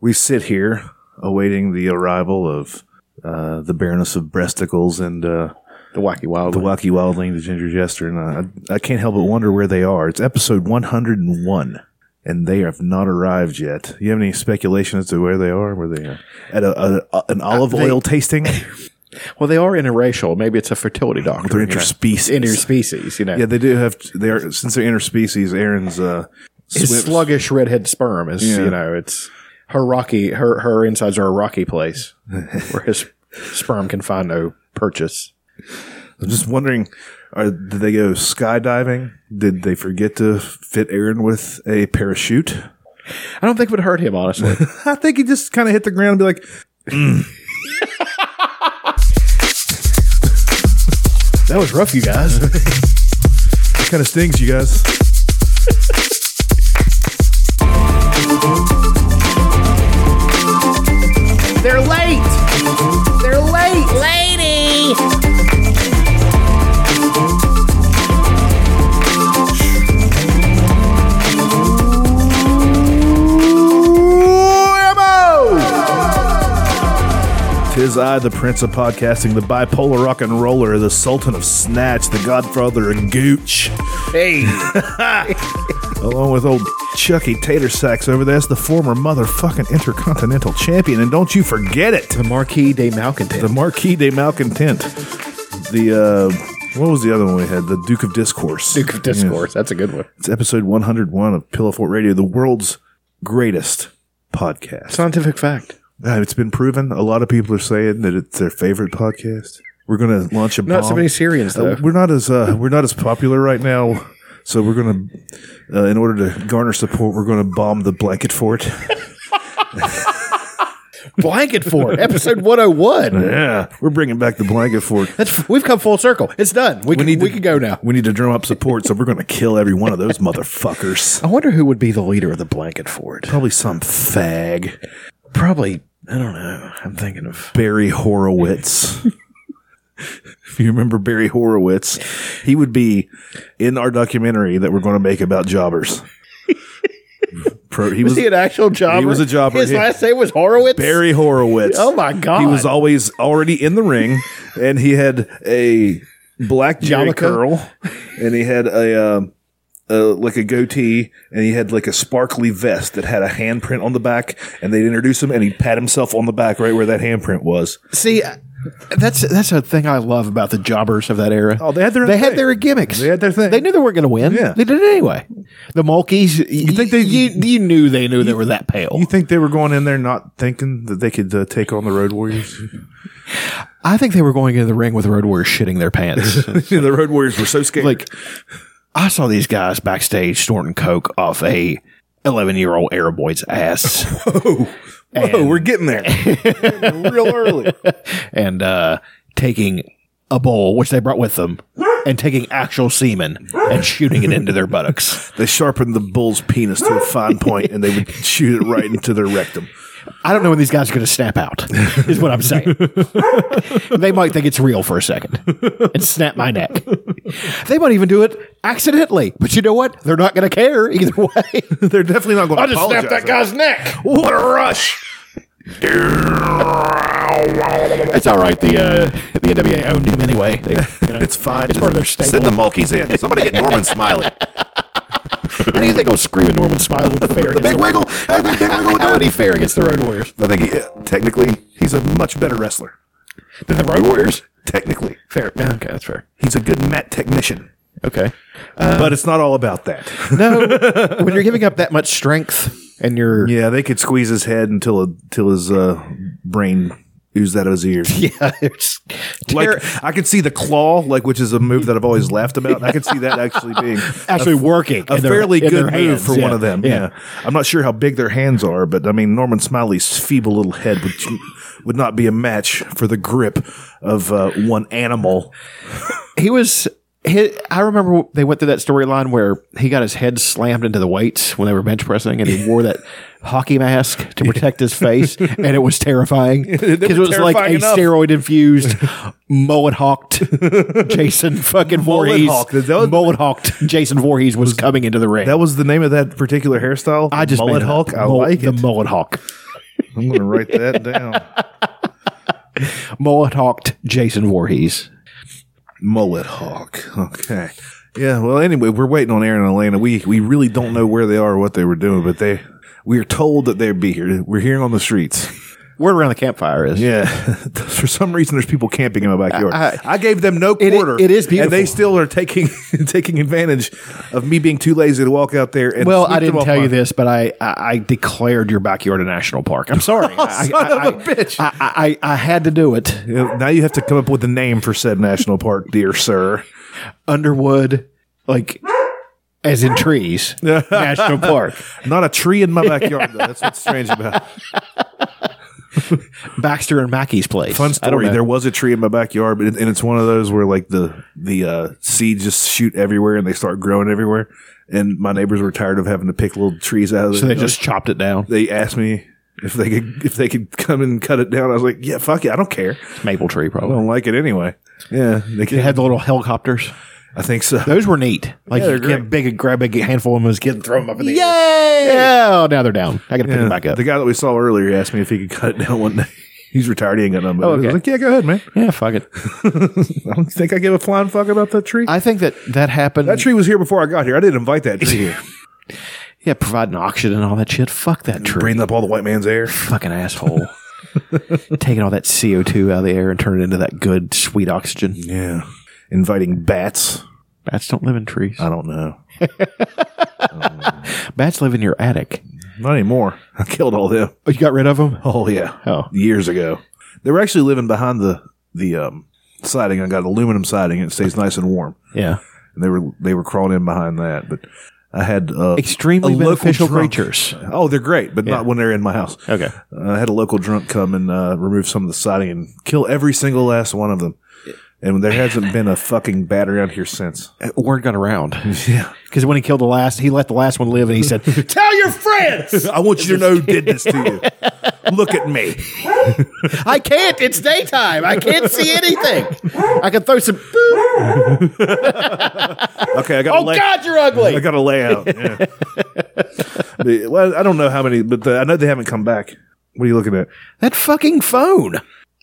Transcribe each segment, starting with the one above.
we sit here awaiting the arrival of uh, the Baroness of Breasticles and uh, The Wacky Wild. the Wacky Wildling, the Ginger Jester, and uh, I can't help but wonder where they are. It's episode 101, and they have not arrived yet. You have any speculation as to where they are? Where they are? at a, a, an olive Uh, they- oil tasting? well, they are interracial. Maybe it's a fertility doctor. They're you know. interspecies. Interspecies, you know. yeah, they do have. They are since they're interspecies. Aaron's uh, His swims- sluggish redhead sperm is, Yeah. you know, it's her rocky, her, her insides are a rocky place where his sperm can find no purchase. I'm just wondering, are, did they go skydiving? Did they forget to fit Aaron with a parachute? I don't think it would hurt him, honestly. I think he just kind of hit the ground and be like, Mm. that was rough, you guys. "It kind of stings, you guys." They're late. They're late. Lady! Tis I, the Prince of Podcasting, the bipolar rock and roller, the Sultan of Snatch, the Godfather of Gooch, Hey. along with old Chucky Tater Sacks over there. That's the former motherfucking Intercontinental Champion, and don't you forget it, the Marquis de Malcontent. the Marquis de Malcontent, the uh, what was the other one we had? The Duke of Discourse. Duke of Discourse. That's a good one. It's episode 101 of Pillow Fort Radio, the world's greatest podcast. Scientific fact. Uh, It's been proven. A lot of people are saying that it's their favorite podcast. We're going to launch a Not bomb. so many Syrians, though. Uh, we're not as uh, we're not as popular right now, so we're going to, uh, in order to garner support, we're going to bomb the blanket fort. Blanket Fort, episode 101. yeah, we're bringing back the blanket fort. That's, we've come full circle. It's done. We, can, need we to- can go now. We need to drum up support, so we're going to kill every one of those motherfuckers. I wonder who would be the leader of the Blanket Fort. Probably some fag, Probably, I don't know. I'm thinking of. Barry Horowitz. if you remember Barry Horowitz, he would be in our documentary that we're going to make about jobbers. Pro, he was, Was he an actual jobber? was a jobber, His yeah. last name was Horowitz. Barry Horowitz. Oh my God. He was always already in the ring, and he had a black jerry Yarmulke? curl, and he had a, um a like a goatee, and he had like a sparkly vest that had a handprint on the back. And they'd introduce him, and he'd pat himself on the back right where that handprint was. See, that's that's a thing I love about the jobbers of that era. Oh, they had their they had thing. their gimmicks. They had their thing. They knew they weren't going to win. Yeah. they did it anyway. The Mulkeys. You think they- You, you knew they knew they were that pale. You think they were going in there not thinking that they could uh, take on the Road Warriors? I think they were going into the ring with Road Warriors shitting their pants. the Road Warriors were so scared. like I saw these guys backstage snorting coke off a 11 year old Arab boy's ass, whoa, we're getting there real early. and uh, taking a bowl which they brought with them, and taking actual semen and shooting it into their buttocks. They sharpened the bull's penis to a fine point, and they would shoot it right into their rectum. I don't know when these guys are going to snap out. Is what I'm saying. they might think it's real for a second and snap my neck. They might even do it accidentally, but you know what? They're not going to care either way. They're definitely not going to apologize. neck. What a rush! It's all right. The uh, the NWA owned him anyway. They, you know, It's fine. it's part of their staple. Send the Mulkeys in. Somebody get Norman Smiley. How do you think I'll scream at Norman Smiley with the fair? The big wiggle. I think Big Wiggle would do How it. would he fare against the Road Warriors? I think he, technically he's a much better wrestler. Than the Road Warriors? Technically, Fair. Yeah, okay, that's fair. he's a good mat technician. Okay. but it's not all about that. No, when you're giving up that much strength and you're Yeah, they could squeeze his head until until his uh, brain oozed out of his ears. yeah, it's Like I could see the claw, like which is a move that I've always laughed about. and I could see that actually being actually working a in their- fairly in good their move hands, for yeah, one of them. Yeah. I'm not sure how big their hands are, but I mean Norman Smiley's feeble little head would would not be a match for the grip of uh, one animal. he was. He, I remember they went through that storyline where he got his head slammed into the weights when they were bench pressing, and he wore that hockey mask to protect his face, and it was terrifying because it was like a terrifying enough. steroid infused mullet hawked Jason fucking Voorhees. hawk. That was- Mullet hawked Jason Voorhees was coming into the ring. That was the name of that particular hairstyle. I just made mullet it up. Hulk. I Mul- like the it. mullet hawk. I'm going to write that down. Mullet hawked Jason Voorhees. Mullet Hawk. Okay. Yeah. Well, anyway, we're waiting on Aaron and Elena. We we really don't know where they are, or what they were doing, but they we are told that they'd be here. We're hearing on the streets. Word around the campfire is Yeah. For some reason, there's people camping in my backyard. I, I- gave them no It i- quarter. Uh, it is and they beautiful. still are taking taking advantage of me being too lazy to walk out there. And Well, sweep I them didn't off tell my- you this, but I, I, I declared your backyard a national park. I'm sorry. I, Oh, son I- of a I- bitch. I, I, I, I had to do it. Yeah, Now you have to come up with a name for said national park, dear sir. Underwood, like as in trees, national park. Not a tree in my backyard, though. That's what's strange about. it. Baxter and Mackey's place. Fun I don't story. know. There was a tree in my backyard, but it, and it's one of those where like the the uh, seeds just shoot everywhere and they start growing everywhere. And my neighbors were tired of having to pick little trees out of. so the- they just chopped it down. they asked me if they could if they could come and cut it down. I was like, yeah, fuck it, I don't care. Maple tree, I probably. don't like it anyway. Yeah, they They can, had the little helicopters. I think so. Those were neat. Like Yeah, they're you get big and grab a big handful of them and get throw them up in the air. Yay! Yeah, oh, now they're down. I gotta pick them back up. The guy that we saw earlier asked me if he could cut it down one day. He's retired. He ain't got nothing. But Oh, I was okay. like, yeah, go ahead, man. yeah, fuck it. I don't think I give a flying fuck about that tree. I think that that happened. that tree was here before I got here. I didn't invite that tree here. Yeah, providing oxygen and all that shit. Fuck that tree. Breathing up all the white man's air. fucking asshole. Taking all that CO2 out of the air and turning it into that good, sweet oxygen. Yeah. Inviting bats. Bats don't live in trees. I don't know. Bats live in your attic. Not anymore. I killed all them. Oh, you got rid of them? Oh yeah. Oh. Years ago. They were actually living behind the the um siding. I got aluminum siding and it stays nice and warm. Yeah. And they were they were crawling in behind that, but I had uh, Extremely a local beneficial drunk- creatures. Oh, they're great, but not when they're in my house. Okay. Uh, I had a local drunk come and uh, remove some of the siding and kill every single last one of them. And there hasn't been a fucking bat around here since. Word got around. Yeah. Because when he killed the last, he let the last one live and he said, Tell your friends. I want you to know who did this to you. Look at me. I can't. It's daytime. I can't see anything. I can throw some. Okay, I got. Oh God, you're I ugly. got a layout. Yeah. But, well, I don't know how many, but the, I know they haven't come back. What are you looking at? That fucking phone.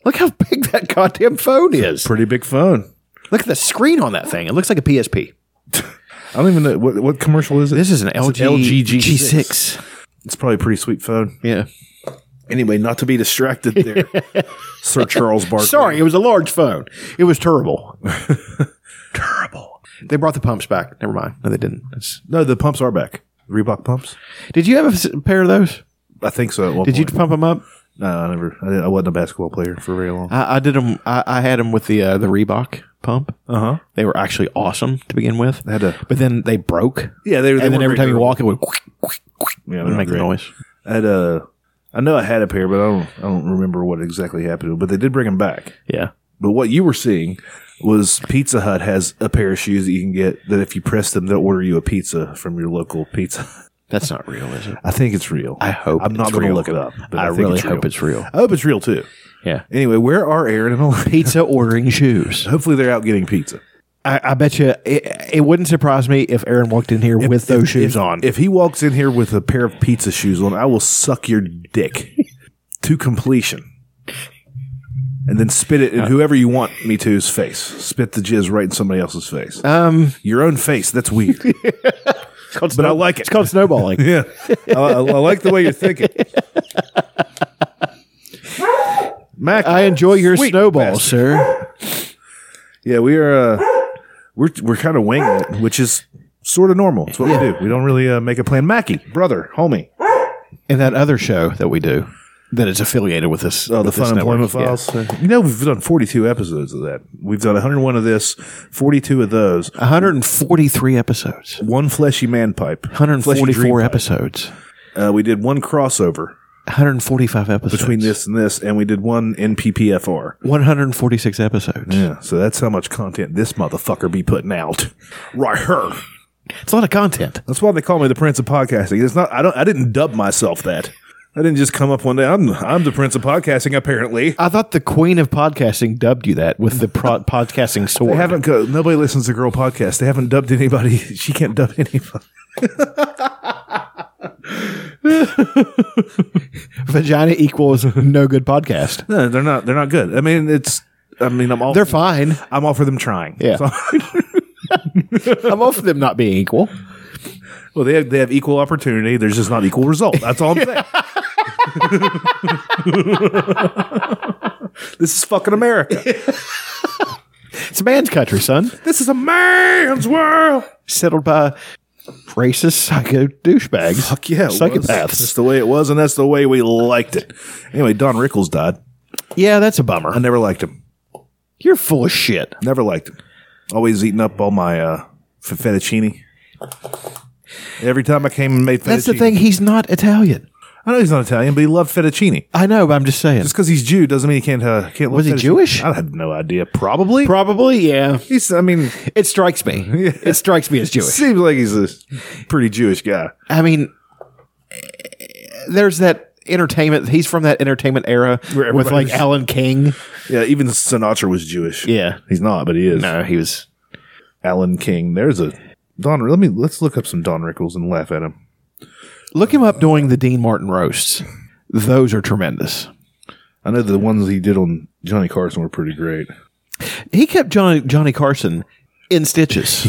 Look how big that goddamn phone is. Pretty big phone. Look at the screen on that thing. It looks like a PSP. I don't even know what what commercial is it. This is an LG, LG G6. G6. It's probably a pretty sweet phone. Yeah. Anyway, not to be distracted there, Sir Charles Barkley. Sorry, it was a large phone. It was terrible. terrible. They brought the pumps back. Never mind. No, they didn't. That's- No, the pumps are back. Reebok pumps. Did you have a s- pair of those? I think so. At one Did you point. pump them up? No, I never. I, didn't- I wasn't a basketball player for very long. I, I did them. I, I had them with the uh, the Reebok pump. Uh huh. They were actually awesome to begin with. I had a- but then they broke. Yeah, they. they and then weren't very every time you durable. walk, it would quick, quick, quick. yeah, It they're would not make the great. noise. I had a. I know I had a pair, but I don't. I don't remember what exactly happened. But they did bring them back. Yeah. But what you were seeing was Pizza Hut has a pair of shoes that you can get that if you press them, they'll order you a pizza from your local pizza. That's not real, is it? I think it's real. I hope I'm not it's going to real. look it up. but I, think really it's real. hope it's real. I hope it's real too. Yeah. Anyway, where are Aaron and Elena? Pizza ordering shoes. Hopefully, they're out getting pizza. I, I bet you it, it wouldn't surprise me if Aaron walked in here with those shoes if, on. If he walks in here with a pair of pizza shoes on, I will suck your dick to completion. And then spit Uh, it in whoever you want me to's face. Spit the jizz right in somebody else's face. um, Your own face. That's weird. but I like it. It's called snowballing. Yeah, I, I, I like the way you're thinking. Mac, I enjoy your Sweet snowball, bastard. sir. yeah, we are uh, we're we're kind of winging it, which is sort of normal. It's what we do. We don't really uh, make a plan. Mackie, brother, homie, And that other show that we do that is affiliated with this. oh, the with this Fun network. Employment Files. You know, we've done 42 episodes of that. We've done 101 of this, 42 of those. Yeah. 143 episodes. One fleshy man pipe, Fleshy 144 dream episodes. pipe. Uh, we did one crossover 145 episodes. between this and this, and we did one NPPFR. 146 episodes. Yeah, so that's how much content this motherfucker be putting out. Right her. It's a lot of content. That's why they call me the Prince of Podcasting. It's not I don't I didn't dub myself that. I didn't just come up one day. I'm I'm the Prince of Podcasting apparently. I thought the queen of podcasting dubbed you that with the pro- podcasting sword. They haven't go, nobody listens to girl podcast. They haven't dubbed anybody. She can't dub anybody. Vagina equals no good podcast. No, they're not. They're not good. I mean, it's. I mean, I'm all. They're fine. I'm all for them trying. Yeah. So- I'm off of them not being equal. well, they have, they have equal opportunity. There's just not equal result. That's all I'm saying. this is fucking America. It's a man's country, son. This is a man's world. Settled by racist psycho douchebags. Fuck yeah, it was. That's psychopaths. the way it was, and that's the way we liked it. Anyway, Don Rickles died. Yeah, that's a I bummer. never liked him. You're full of shit. Never liked him. Always eating up all my uh, f- fettuccine. Every time I came and made fettuccine. That's the thing. He's not Italian. I know he's not Italian, but he loved fettuccine. I know, but I'm just saying. Just because he's Jew doesn't mean he can't. Uh, can't love Was he fettuccine. Jewish? I had no idea. Probably. Probably, yeah. he's. I mean, It strikes me. It strikes me as Jewish. seems like he's a pretty Jewish guy. I mean, there's that entertainment. He's from that entertainment era Where with like everybody's- Alan King. Yeah, even Sinatra was Jewish. Yeah. he's not, but he is. No, he was. Alan King. There's a Don. Let me let's look up some Don Rickles and laugh at him. Look him up doing the Dean Martin roasts. Those are tremendous. I know the ones he did on Johnny Carson were pretty great. He kept Johnny Johnny Carson in stitches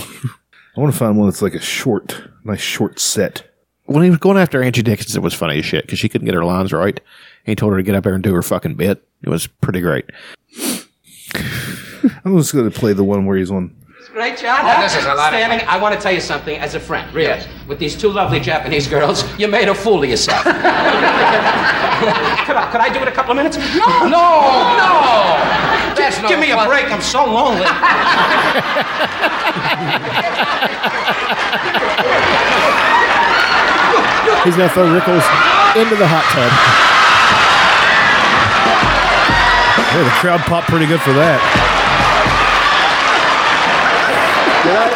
I want to find one that's like a short, nice short set. when he was going after Angie Dickinson. It was funny as shit because she couldn't get her lines right. He told her to get up there and do her fucking bit. It was pretty great. I'm just going to play the one where he's on. Great job. Huh? This is a lot of Stanley, I want to tell you something as a friend, really. With these two lovely Japanese girls, you made a fool of yourself. could, I, could I do it a couple of minutes? No, no, no. That's no Give me fun. a break. I'm so lonely. He's gonna throw Rickles into the hot Yeah, the crowd popped pretty good for that.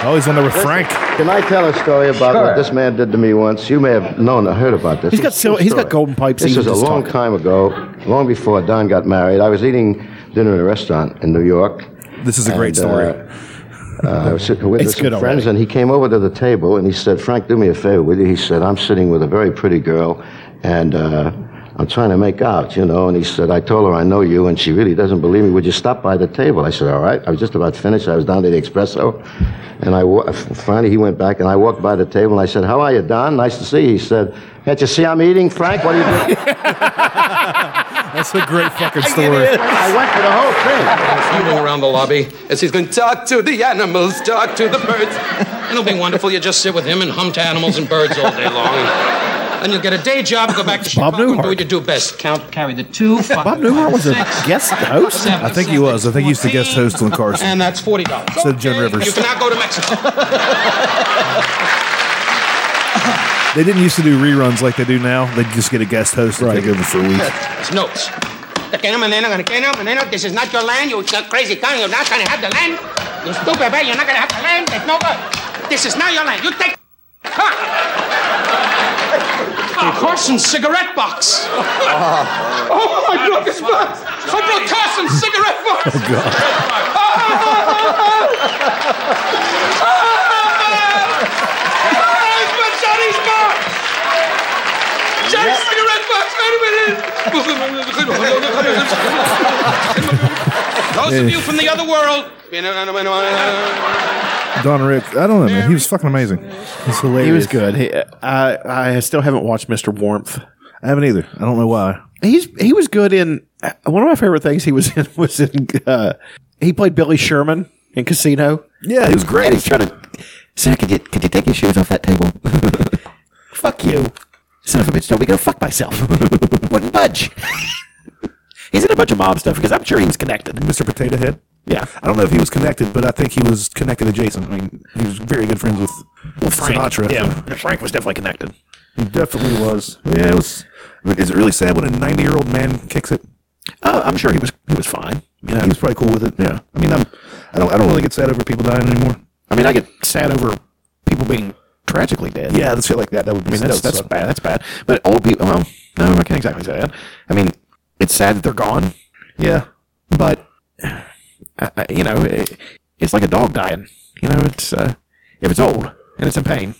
Oh, he's on there with Frank. Can I tell a story about what this man did to me once? You may have known or heard about this. He's got It's a true sil- he's got story. golden pipes This even was a just long talking. time ago, long before Don got married. I was eating dinner in a restaurant in New York. This is a And, great story. uh, uh, I was sitting with It's some good already. friends, and he came over to the table and he said, "Frank, do me a favor, will you?" He said, "I'm sitting with a very pretty girl, and uh, I'm trying to make out, you know." And he said, "I told her I know you, and she really doesn't believe me. Would you stop by the table?" I said, "All right." I was just about finished. I was down to the espresso, and I wa- finally he went back, and I walked by the table, and I said, "How are you, Don? Nice to see you." He said, "Can't you see I'm eating, Frank? What are you doing?" That's a great fucking story. I went for the whole thing. you go around the lobby as he's going, talk to the animals, talk to the birds. It'll be wonderful. You just sit with him and hum to animals and birds all day long. And you'll get a day job, go back to Bob Chicago, and do Newhart. what you do best. Count, carry the two. Five, tub. Bob Newhart was a guest host. I think he was. I think he used to guest host on Carson. And that's forty dollars. So did Joan Rivers. You can now go to Mexico. They didn't used to do reruns like they do now. They just get a guest host and take over for a week. It's notes. This is not your land. You crazy guy. You're not gonna have the land. You stupid man. You're not gonna have the land. That's no good. This is not your land. You take. Huh. A Carson's cigarette box. oh my God! This box. Frederick Carson's cigarette box. Oh God! Johnny's box. Johnny's cigarette box. Wait a minute. Those of you from the other world. Don Rick, I don't know, man. He was fucking amazing. He's hilarious. He was good. He, I I still haven't watched Mr. Warmth. I haven't either. I don't know why. He's he was good in uh, one of my favorite things. He was in was in uh, he played Billy Sherman in Casino. Yeah, he was great. He's trying to. Sir, could you, could you take your shoes off that table? fuck you. Son of a bitch, told me to go fuck myself. Wouldn't budge. he's in a bunch of mob stuff because I'm sure he's connected. Mr. Potato Head. Yeah. I don't know if he was connected, but I think he was connected to Jason. I mean, he was very good friends with Sinatra. Yeah. Frank was definitely connected. He definitely was. Yeah, it was. I mean, is it really sad when a 90 year old man kicks it? Uh, I'm sure he was he was fine. You know, he was probably cool with it. Yeah. I mean, I'm, I don't, I don't really get sad over people dying anymore. I mean, I get sad over people being tragically dead. Yeah, that's shit like that. That would I be mean, that's, that's bad. That's bad. But old people, well, no, I can't exactly say that. I mean, it's sad that they're gone, yeah. but, I, I, you know, it, it's like a dog dying. You know, it's, uh, if it's old and it's in pain,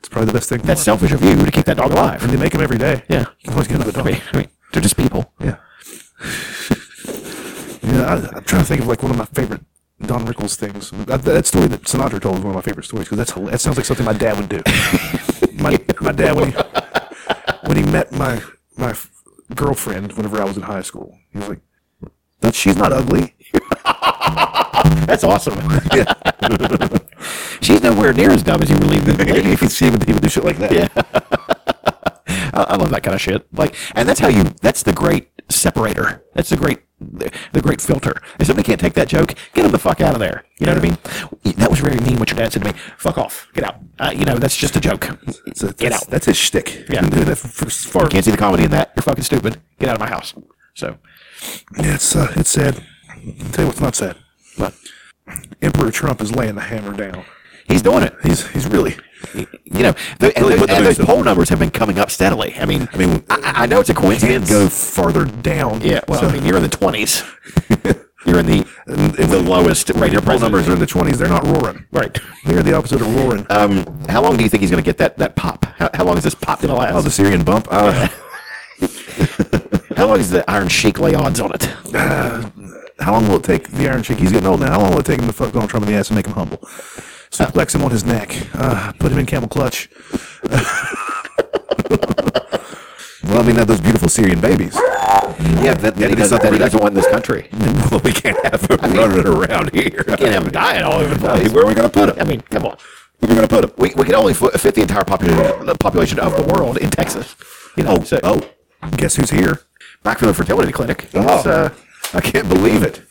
It's probably the best thing. That's selfish of you to keep that dog alive. and they make them every day. Yeah. You can always get another I dog. mean, I mean, they're just people. Yeah. yeah, I, I'm trying to think of like one of my favorite Don Rickles things. That, that story that Sinatra told is one of my favorite stories because that's hila- that sounds like something my dad would do. my my dad when he, when he met my my f- girlfriend whenever I was in high school, he was like, "That she's not ugly." That's awesome. She's nowhere near as dumb as you believe them. you can see when he would do shit like that. Yeah. I, I love that kind of shit. Like, and that's how you. That's the great separator. That's the great, the, the great filter. If somebody can't take that joke, get them the fuck out of there. You know what I mean? That was very mean. What your dad said to me. Fuck off. Get out. Uh, you know that's just a joke. So that's, Get out. That's his shtick. He's Yeah. been doing that for, for far. Can't see the comedy in that. You're fucking stupid. Get out of my house. So, Yeah, it's uh, it's sad. I'll tell you what's not sad. but Emperor Trump is laying the hammer down. he's doing it. He's he's really you know, the, and, those- and those poll numbers have been coming up steadily. I mean, I mean, I, I know it's a coincidence. go farther down. yeah, well, I mean, you're in the twenties. you're in the And- and the lowest rate of poll numbers are numbers. in the twenties. They're not roaring. Right. They're the opposite of roaring. Um, how long do you think he's going to get that that pop? How, how long is this pop going to last? oh, the Syrian bump. Uh, how long is the Iron Sheik lay odds on it? Uh, how long will it take the Iron Sheik? He's getting old now. How long will it take him to fuck Donald Trump in the ass and make him humble? Suplex him on his neck. Uh, put him in camel clutch. well, I mean, not those beautiful Syrian babies. Mm. Yeah, that, that he doesn't- doesn't, that he doesn't want in this country. well, we can't have him running around here. Can't have him dying all over the place. Where are we going to put him? I mean, come on. Where are we going to put him? We, we can only fo- fit the entire population the population of the world in Texas. You know, so- Oh, guess who's here? back from the fertility clinic. It's, uh, I can't believe it.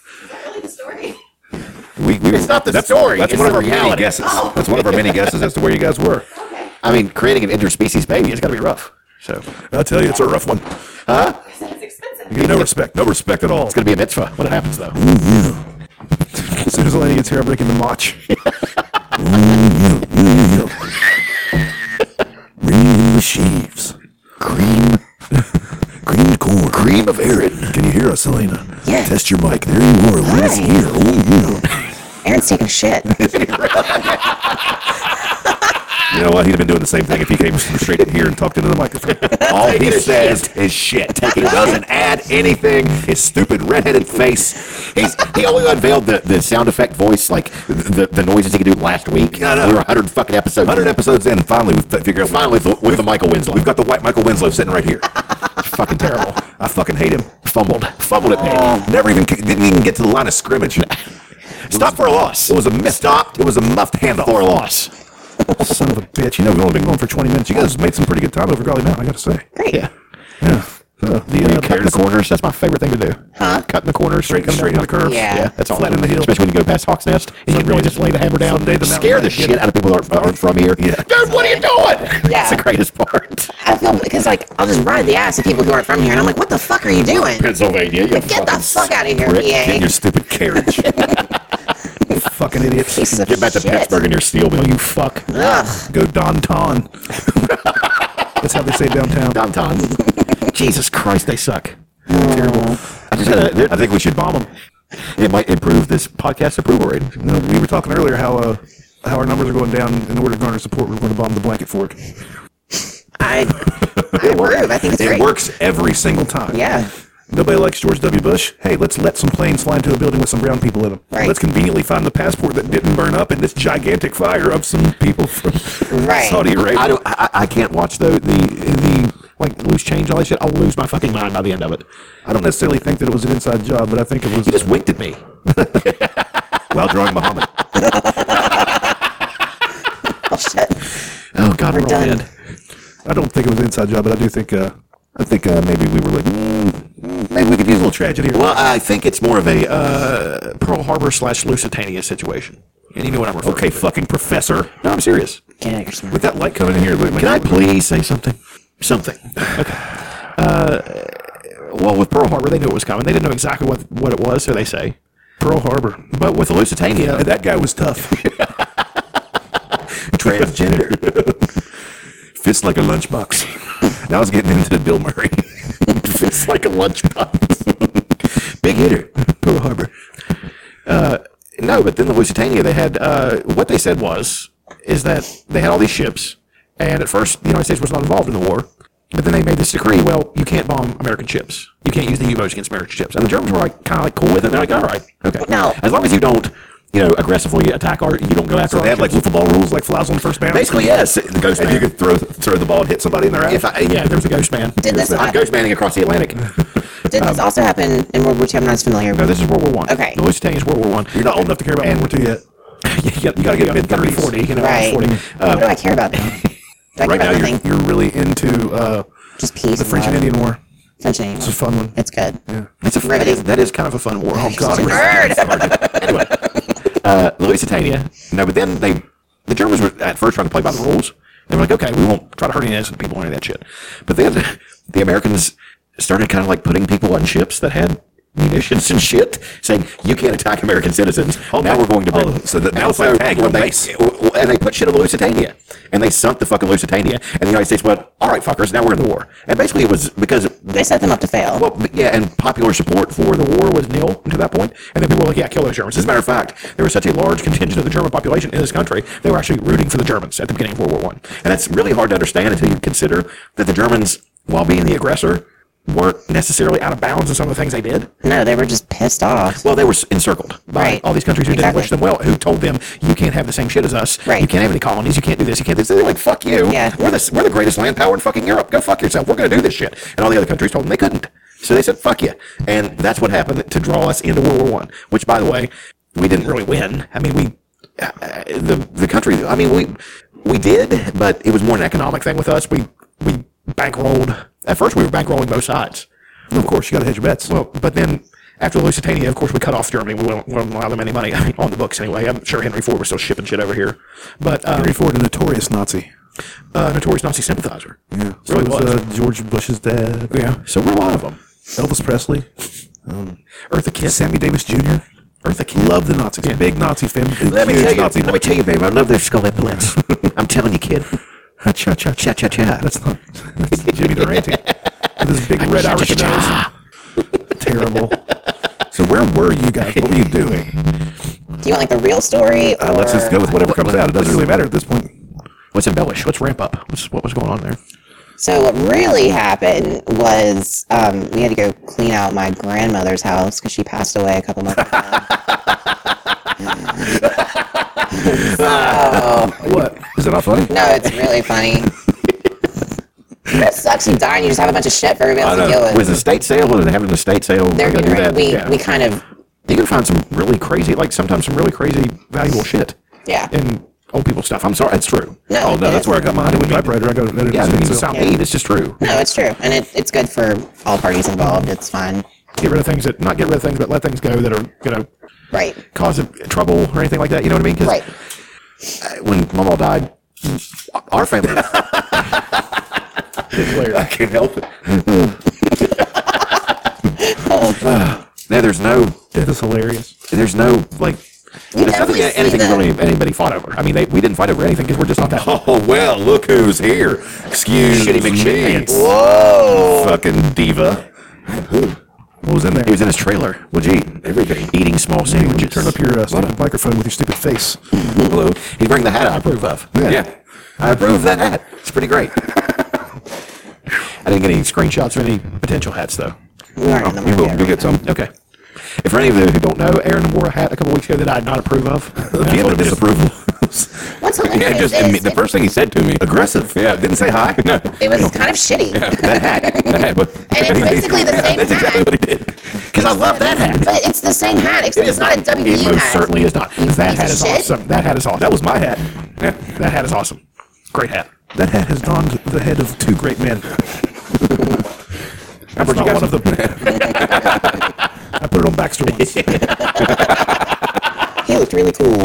We, we, It's not the story, That's it's one of the our many reality. guesses. That's one of our many guesses as to where you guys were. I mean, creating an interspecies baby is got to be rough. So it's I'll tell you, it's a rough one. It's expensive. You get no respect, no respect at all. going to be a mitzvah when it happens, though. As soon as the lady gets here, I'm breaking the motch. Green the sheaves. Cream. Green corn. Cream of Aaron. Can you hear us, Selena? Yeah. Test your mic. There you are. Lena's Hi. here. Oh, yeah. Aaron's taking shit. You know what? He'd have been doing the same thing if he came straight in here and talked into the microphone. All he says is shit. He doesn't add anything. His stupid redheaded face. He's, he only unveiled the, the sound effect voice, like the, the noises he could do last week. I know. We were 100 fucking episodes. 100 episodes in, and finally we figure out. Finally, with, with the Michael Winslow. We've got the white Michael Winslow sitting right here. fucking terrible. I fucking hate him. Fumbled. Fumbled it, man. Never even didn't even get to the line of scrimmage. It Stop for a loss. was a missed It was a muffed handoff. For a loss. Son of a bitch. You know, we've only been going for 20 minutes. You guys made some pretty good time over Golly Mountain, I got to say. Great. Yeah. Yeah. Uh, the, uh, Cutting the corners. That's my favorite thing to do. Huh? Cutting the corners. straight, straight in the curve. Yeah. Yeah, that's all. Flat in the heel. Especially when you go past Hawk's Nest and you really just lay the hammer down. someday the scare mountain the shit out of people that aren't, aren't from here. Yeah. Dude, what are you doing? That's Yeah. the greatest part. I feel because like I'll just ride the ass of people who aren't from here, and I'm like, what the fuck are you doing? Pennsylvania, you Get the fuck out of here, prick. PA. Get your stupid carriage. Get Fucking idiots. Pieces of back to shit. Pittsburgh in your steel mill, you fuck. Ugh. Go Don Ton. That's how they say downtown. Downtown. Jesus Christ, they suck. Terrible. I, just gotta, I think we should bomb them. It might improve this podcast approval rating. You know, we were talking earlier how uh, how our numbers are going down. In order to garner support, we're going to bomb the blanket fort. I, I approve. I think it's great. works every single time. Yeah. Nobody likes George W. Bush. Hey, let's let some planes fly into a building with some brown people in them. Right. Let's conveniently find the passport that didn't burn up in this gigantic fire of some people from Right. Saudi Arabia. I don't. I, I I can't watch though the the like loose change all that shit. I'll lose my fucking mind by the end of it. I don't necessarily think that it was an inside job, but I think it was He just winked at me. while drawing Muhammad. Oh, shit. Oh God, we're, all done. dead. I don't think it was an inside job, but I do think uh, I think uh, maybe we were like mm, mm, maybe we could use a little tragedy. Here. Well, I think it's more of a uh, Pearl Harbor slash Lusitania situation. And you know what I'm referring Okay, to. fucking professor. No, I'm serious. Get out of your smell. With that light coming in here, look, Can I please say something? Something. Okay. Uh, well, with Pearl Harbor, they knew it was coming. They didn't know exactly what, what it was, so they say. Pearl Harbor. But with the Lusitania, And that guy was tough. transgender. Fist like a lunchbox. now it's getting into the Bill Murray. it's like a lunchbox. Big hitter. Pearl Harbor. Uh, no, but then the Lusitania, they had uh, what they said was is that they had all these ships And at first, the United States was not involved in the war. But then they made this decree well, you can't bomb American ships. You can't use the U boats against American ships. And the Germans were like, kind of like cool with it. They're like, all right, okay. No. As long as you don't, you know, aggressively attack our, you don't go after So they our had like ships. wiffle ball rules, like flies on first bounce. Basically, yes. The ghost and man. you could throw throw the ball and hit somebody in their ass. if I, yeah, there was a ghost man. Did this I'm happen? ghost manning across the Atlantic. Did this also happen in World War II? I'm not as familiar. No, this is World War One. Okay. The Lusitania is World War One. You're not old enough to care about World War Two yet. you, got, you got to get mid thirty, forty. You know, Right. forty. what do I care about? Do I care Right now, about you're, nothing? you're really into uh, Just peace. the French and Indian War. French and Indian. It's a fun one. It's good. It's a that is, that is kind of a fun war. Oh God, It's we're- nerd. anyway, uh, Lusitania. No, but then they, the Germans were at first trying to play by the rules. They were like, okay, we won't try to hurt any innocent people or any of that shit. But then the Americans started kind of like putting people on ships that had munitions and shit, saying you can't attack American citizens. Oh, now we're going to bring. Oh, so that- And now it's like tag when on they, base. and they put shit on the Lusitania, and they sunk the fucking Lusitania, and the United States went, all right, fuckers, now we're in the war. And basically, it was because They set them up to fail. well, but yeah, and popular support for the war was nil to that point, and then people were like, "Yeah, kill those Germans." As a matter of fact, there was such a large contingent of the German population in this country; they were actually rooting for the Germans at the beginning of World War One, and that's really hard to understand until you consider that the Germans, while being the aggressor, weren't necessarily out of bounds in some of the things they did. No, they were just pissed off. Well, they were encircled by Right. all these countries who didn't Exactly. wish them well, who told them, "You can't have the same shit as us. Right. You can't have any colonies. You can't do this. You can't do this." They're like, "Fuck you. Yeah. We're the we're the greatest land power in fucking Europe. Go fuck yourself. We're going to do this shit." And all the other countries told them they couldn't. So they said, "Fuck you." And that's what happened to draw us into World War One. Which, by the way, we didn't really win. I mean, we uh, the the country. I mean, we we did, but it was more an economic thing with us. We we bankrolled. At first, we were bankrolling both sides. Of course, you got to hedge your bets. Well, but then after Lusitania, of course, we cut off Germany. We won't, won't allow them any money I mean, on the books anyway. I'm sure Henry Ford was still shipping shit over here, but um, Henry Ford, a notorious Nazi. uh, notorious Nazi sympathizer. Yeah, so Really was, was. Uh, George Bush's dad, Yeah, so we're a lot of them. Elvis Presley, Um, Eartha Kitt, Sammy Davis Jr. Eartha Kitt. Love the Nazis. Big Nazi fan. Let me huge tell you, Nazi- let me tell you, babe. I love their skull epaulets. I'm telling you, kid. Cha cha cha cha cha cha. That's not that's Jimmy Durante. With his big red Irish nose. Terrible. So where were you guys? What were you doing? Do you want like the real story? Or Uh, let's just go with whatever comes out. It doesn't really matter at this point. What's embellish? What's ramp up? What's what was going on there? So what really happened was um, we had to go clean out my grandmother's house because she passed away a couple months ago. so, What is it not funny? no, it's really funny. it sucks you die and you just have a bunch of shit for everybody I else to deal know. with. Was it state sale? Was it having an estate sale? There, They gotta you're right. We, Yeah. we kind of you can find some really crazy, like sometimes some really crazy valuable shit yeah. in old people stuff. I'm sorry, it's true. No, oh no, it that's is. where I got mine. With typewriter, I got an editor. Yeah, I mean, it doesn't so. sound mean. It's just true. No, it's true, and it, it's good for all parties involved. It's fun, Get rid of things that not get rid of things, but let things go that are gonna right? cause trouble or anything like that. You know what I mean? 'Cause Right. When Mama died, our family. I can't help it. Oh, now there's no, That is hilarious. there's no like. There's never nothing, see anything that. really anybody fought over. I mean, they, we didn't fight over anything because we're just not that. Oh well, look who's here. Excuse Shitty me. McShitpants. Whoa, fucking diva. What was in there? He was in his trailer. Well, gee, everything. Eating small sandwiches. Turn up your uh, stupid microphone with your stupid face. Hello. He's wearing the hat I approve of. Yeah. I approve that hat. It's pretty great. I didn't get any screenshots of any potential hats, though. Oh, We aren't in the You will market. you get some. Okay. If for any of you who don't know, Aaron wore a hat a couple weeks ago that I did not approve of. Vehemently disapproval. What's yeah, hilarious just is imme- the it- first thing he said to me. Aggressive. Yeah, didn't say hi. No. It was kind of shitty. That hat. That hat. But And it's basically the same That's exactly hat. what he did. Because I love that hat. But it's the same hat, except it's not a It WB most hat. certainly is not. That hat piece is of shit. awesome. That hat is awesome. That was my hat. Yeah. that hat is awesome. Great hat. That hat has donned the head of two great men. I Not one of them. I put it on Baxter once. He looked really cool.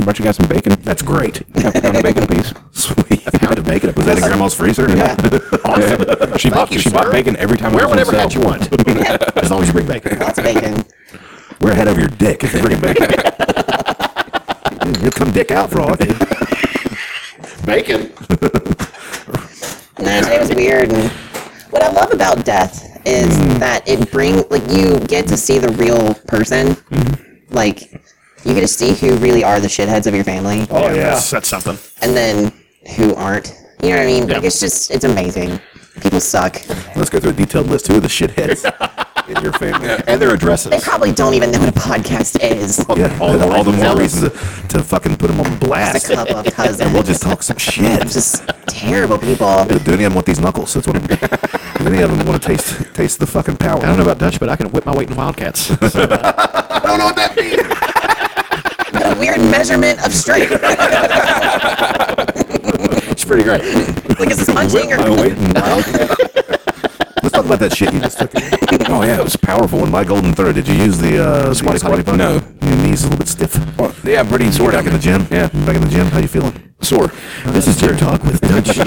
I brought you guys some bacon. That's great. Found a bacon piece. Sweet. Pound of bacon. Was that in Grandma's freezer? Yeah. She bought. you, she sir. bought bacon every time. Wear we went whatever to hat you sell. want. as long as you bring bacon. Lots of bacon. Wear a hat over your dick if you bring bacon. You'll come dick out for all. I care. Bacon. No, today was weird. And what I love about death is Mm. that it brings, like, you get to see the real person. Mm-hmm. Like, you get to see who really are the shitheads of your family, Oh, yeah. That's something. and then who aren't. You know what I mean? Like it's just it's amazing. People suck. Let's go through a detailed list. Who are the shitheads in your family and their addresses? They probably don't even know what a podcast is. Yeah, all, the, all the more reason to, to fucking put them on blast. Just a couple of And we'll cousins. just talk some shit. Just terrible people. Do any of them want these knuckles? That's what I'm, do any of them want to taste taste the fucking power? I don't know about Dutch, but I can whip my weight in Wildcats. So, uh, What a weird measurement of strength. It's pretty great. like a sponging My or weight in Wildcat. Let's talk about that shit you just took. Oh yeah, it was powerful. In my golden third, did you use the uh, squatty potty? button? No. your knees a little bit stiff. yeah, pretty sore. Back in the gym. Yeah, back in the gym. How you feeling? Sore. This is Gym Talk with Dutch.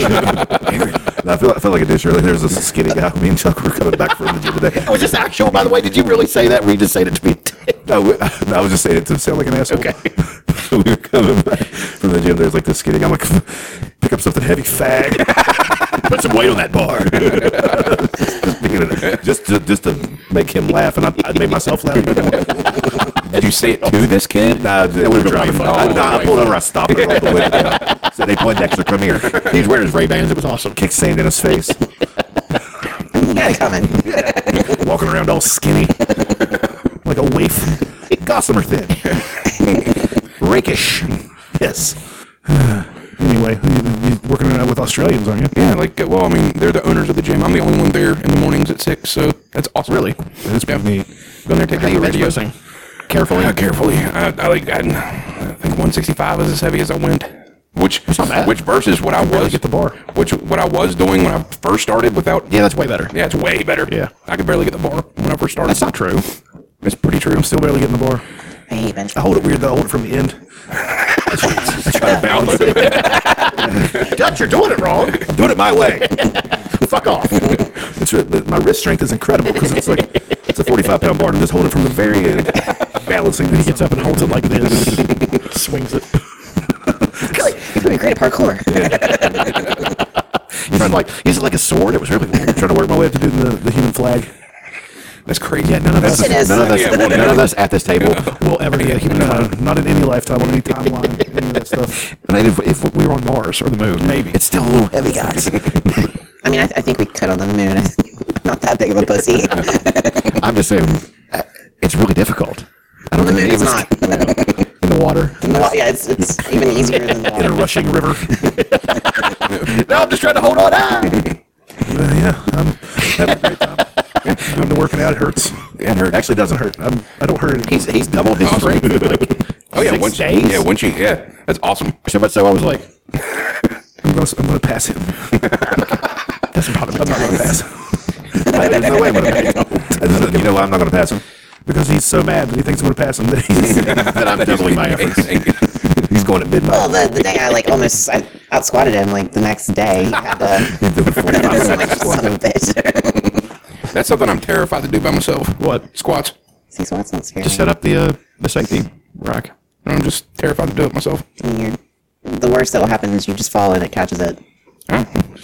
I feel I felt like a dish earlier. There was this skinny guy. Me and Chuck were coming back from the gym today. Was this actual, by the way? Did you really say that? Were you just saying it to be? No, we- I was just saying it to sound like an asshole. Okay. we were coming back from the gym. There's like this skinny guy. I'm like, pick up something heavy, fag. Put some weight on that bar. just, being an- just, to, just to make him laugh, and I, I made myself laugh. Did you say it to this kid? Nah, they were driving. way I, fun. nah, I pulled over. I stopped it on the way down. So they pointed Dexter, come here. He was wearing his Ray Bans. It was awesome. Kick sand in his face. you got it coming. Walking around all skinny. like a waif. Gossamer thin. Rakish. Yes. Anyway, you- you're working it out with Australians, aren't you? Yeah, like like, Yeah, uh, well, I mean, they're the owners of the gym. I'm the only one there in the mornings at six, so that's awesome. Really? that's Yeah. pretty neat. Go there, take out your radio. carefully. Uh, carefully. I, I like. I, I think 165 is as heavy as I went. Which which versus what I was the bar. Which what I was doing when I first started without. Yeah, that's way better. Yeah, it's way better. Yeah. I could barely get the bar when I first started. That's not True. It's pretty true. I'm still barely getting the bar. I hate bench. I hold it weird though. I hold it from the end. Trying to balance it. Dutch, you're doing it wrong. I'm doing it my way. Fuck off. It's, re- the- my wrist strength is incredible because it's like it's a 45 pound bar and just hold it from the very end, balancing. Then he gets up and holds it like this. Swings it. You're doing great at parkour. He's trying to like use it like a sword. It was really weird. trying to work my way up to doing the, the human flag. That's crazy. Yeah, none of us. It is. None of us. Yeah, we'll none never- of us at this table will ever get a human flag. Not in any lifetime, on any timeline, any of that stuff. And even if, if we were on Mars or the moon, maybe it's still a little heavy, guys. I mean, I, I think we could on the moon. Not that big of a pussy. I'm just saying, uh, it's really difficult. I don't know. It's not. in the water. No, yeah, it's, it's even easier than in a that. rushing river. now I'm just trying to hold on. Ah! yeah, I'm having a great time. I'm been working out. It hurts. It hurt. Actually, doesn't hurt. I'm, I don't hurt. He's he's doubled his strength. in, Like, Oh yeah, six once days. yeah, once you yeah, that's awesome. so much so I was like, I'm gonna, I'm gonna pass him. That's probably I'm not gonna pass. There's no way I'm gonna pass him. You know why I'm not gonna pass him? Because he's so mad that he thinks I'm gonna pass him. That, he's, that I'm doubling my efforts. He's going at midnight. Well, the, the day I like almost I out squatted him, like the next day, he had the like, son of a bitch. That's something I'm terrified to do by myself. What squats? See, so that's not scary. Set up the uh, the safety rack. I'm just terrified to do it myself. You're- the worst that will happen is you just fall and it catches it.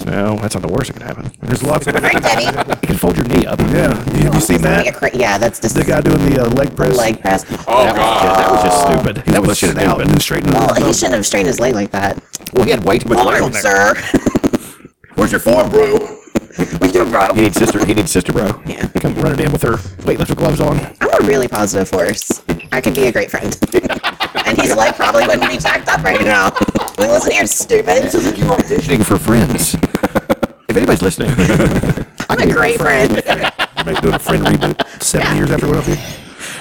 No, that's not the worst that could happen. There's lots of Right, Debbie? You can fold your knee up. yeah. Have you seen Like that? a cra- yeah, that's just The guy doing the uh, leg press. leg press. Oh god, That was just stupid. That was shit out and straightened Well, up. he shouldn't have strained his leg like that. Well, he had way too much weight on Arm, there. sir. Where's your form, bro? What you doing, bro? He needs sister. He needs sister, bro. Yeah. Come run it in with her weightlifter gloves on. I'm a really positive force. I could be a great friend. and his leg probably wouldn't be jacked up right now. Like, Listen here, stupid. You're auditioning for friends. if anybody's listening, I'm a great friend. Make doing a friend reboot seven years after one of you.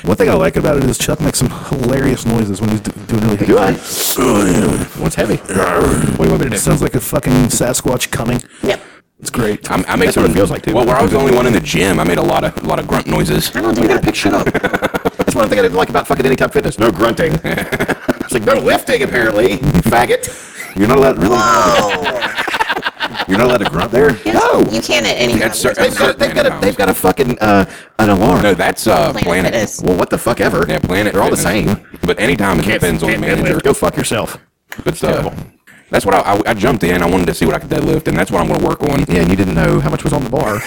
One thing I like about it is Chuck makes some hilarious noises when he's do- doing really do I? What's heavy? What do you want me to do? Sounds like a fucking Sasquatch coming. Yep. It's great. I'm, I make some. it feels like, too. Well, where I was the only one in the gym, I made a lot of a lot of grunt noises. I don't do that. Shut up. That's one thing I didn't like about fucking Anytime Fitness. No grunting. it's like no lifting apparently. you Faggot. You're not allowed really. Whoa. You're not allowed to grunt there. No. You can at any That's time. cer- They've got, a, they've, got a, they've got a fucking uh, an alarm. No, that's uh, Planet planet. Fitness. Well, what the fuck ever. Yeah, planet. They're all the Fitness. same. But anytime it depends on the manager. Go fuck yourself. But uh, that's what I, I I jumped in. I wanted to see what I could deadlift, and that's what I'm going to work on. Yeah, and you didn't know how much was on the bar.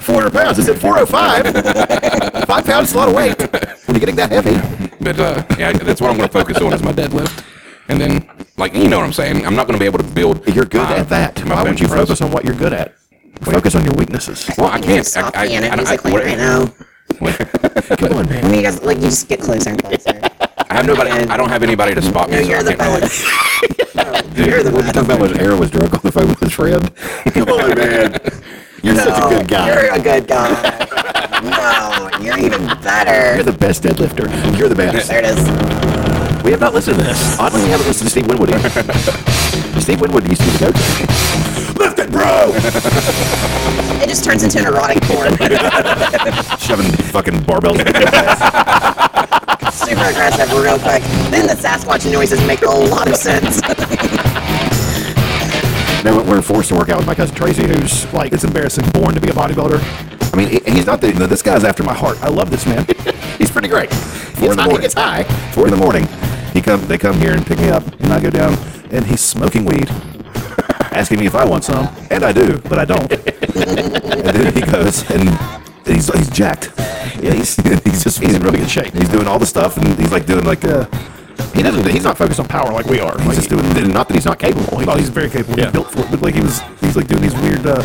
400 pounds. Is it 405? Five pounds is a lot of weight. When you're getting that heavy. But uh, yeah, that's what I'm going to focus on is my deadlift, and then Like you know what I'm saying? I'm not going to be able to build. You're good my- at that. my Why would bench you press. focus on what you're good at? Focus on your weaknesses. Well, I You have can't. soft I, I, piano I, music I, like right now. Come on, I man. mean, you guys, like, you just get closer and closer. I have nobody. I don't have anybody to spot me. No, so I you're the can't really- best. You're the best. That was Aaron was drunk on the phone with his friend. Come on, man. You're such a good guy. You're a good guy. no, you're even You're better. the best deadlifter. You're the best. There it is. We have not listened to this. Oddly, we haven't listened to Steve Winwood either. Steve Winwood used to be the go-to. Lift it, bro! It just turns into an erotic porn. Shoving fucking barbells. Super aggressive, real quick. Then the Sasquatch noises make a lot of sense. No, but we're forced to work out with my cousin Tracy, who's like, it's embarrassing, born to be a bodybuilder. I mean, he- he's not the, no, this guy's after my heart. I love this man. he's pretty great. Four in the morning. It's high. Four in the morning. He come, they come here and pick me up, and I go down, and he's smoking weed, asking me if I want some, and I do, but I don't. and then he goes and. He's, he's jacked. Yeah, he's he's just he's in really good shape. He's doing all the stuff, and he's like doing like uh, he doesn't he's not focused on power like we are. He's just doing not that he's not capable. He's, Oh, he's very capable. Yeah. He's built for it, but like he was, he's like doing these weird uh,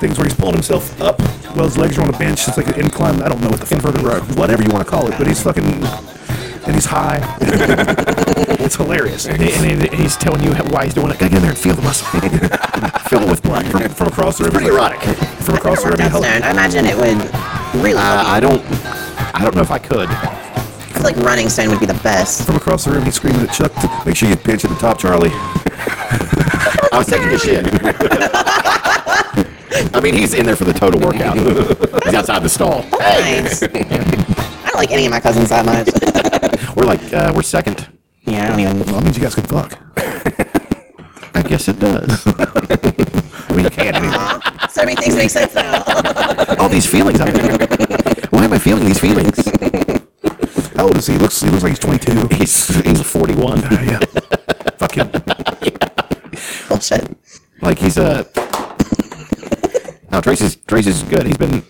things where he's pulling himself up while his legs are on a bench. It's like an incline. I don't know what the inverted row, whatever you want to call it, but he's fucking and he's high. it's hilarious. And, and- and he's telling you why he's doing it. Gotta get in there and feel the muscle. feel it with blood. From, from across the river, Pretty erotic. from across the river, That's hell, known. I imagine it would really I don't. I don't know if I could. it's like running stone would be the best. from across the room, he's screaming at Chuck to Make sure you pinch at the top, Charlie. I was taking a shit. I mean, he's in there for the total workout. he's outside the stall. Nice. I don't like any of my cousins that much. We're like, uh, we're second. yeah, I don't even. That means you guys can fuck. I guess it does. I mean, you can't. I mean, So many things make sense now. all these feelings. I'm why am I feeling these feelings? How old is he? Looks he looks like he's 22. He's he's 41. yeah, fuck him. Bullshit. Like he's a. Uh, No, Tracy's Tracy's good. He's been.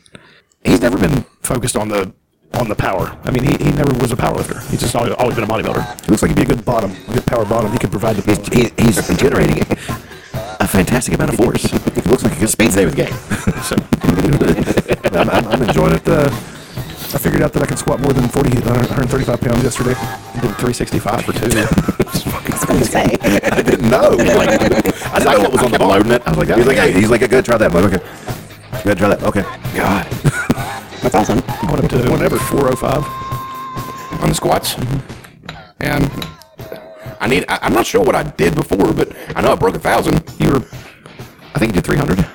He's never been. Focused on the on the power. I mean, he, he never was a powerlifter. He's just always, always been a bodybuilder. He looks like he'd be a good bottom, a good power bottom. He could provide the. He's he, he's generating a fantastic amount of force. It looks like he could speed today with game. So I'm, I'm, I'm enjoying it. Uh, I figured out that I can squat more than uh, 40, 135 pounds yesterday. he did 365 for two. Say. I didn't know. Like, I didn't know what was on the loading it. I was like, he's like, hey, he's like, good, try that. I'm like, okay, good, try that. Okay, God, That's awesome. He went up to whatever 405. on the squats. And I need. I, I'm not sure what I did before, but I know I broke a thousand. you were. I think you did 300.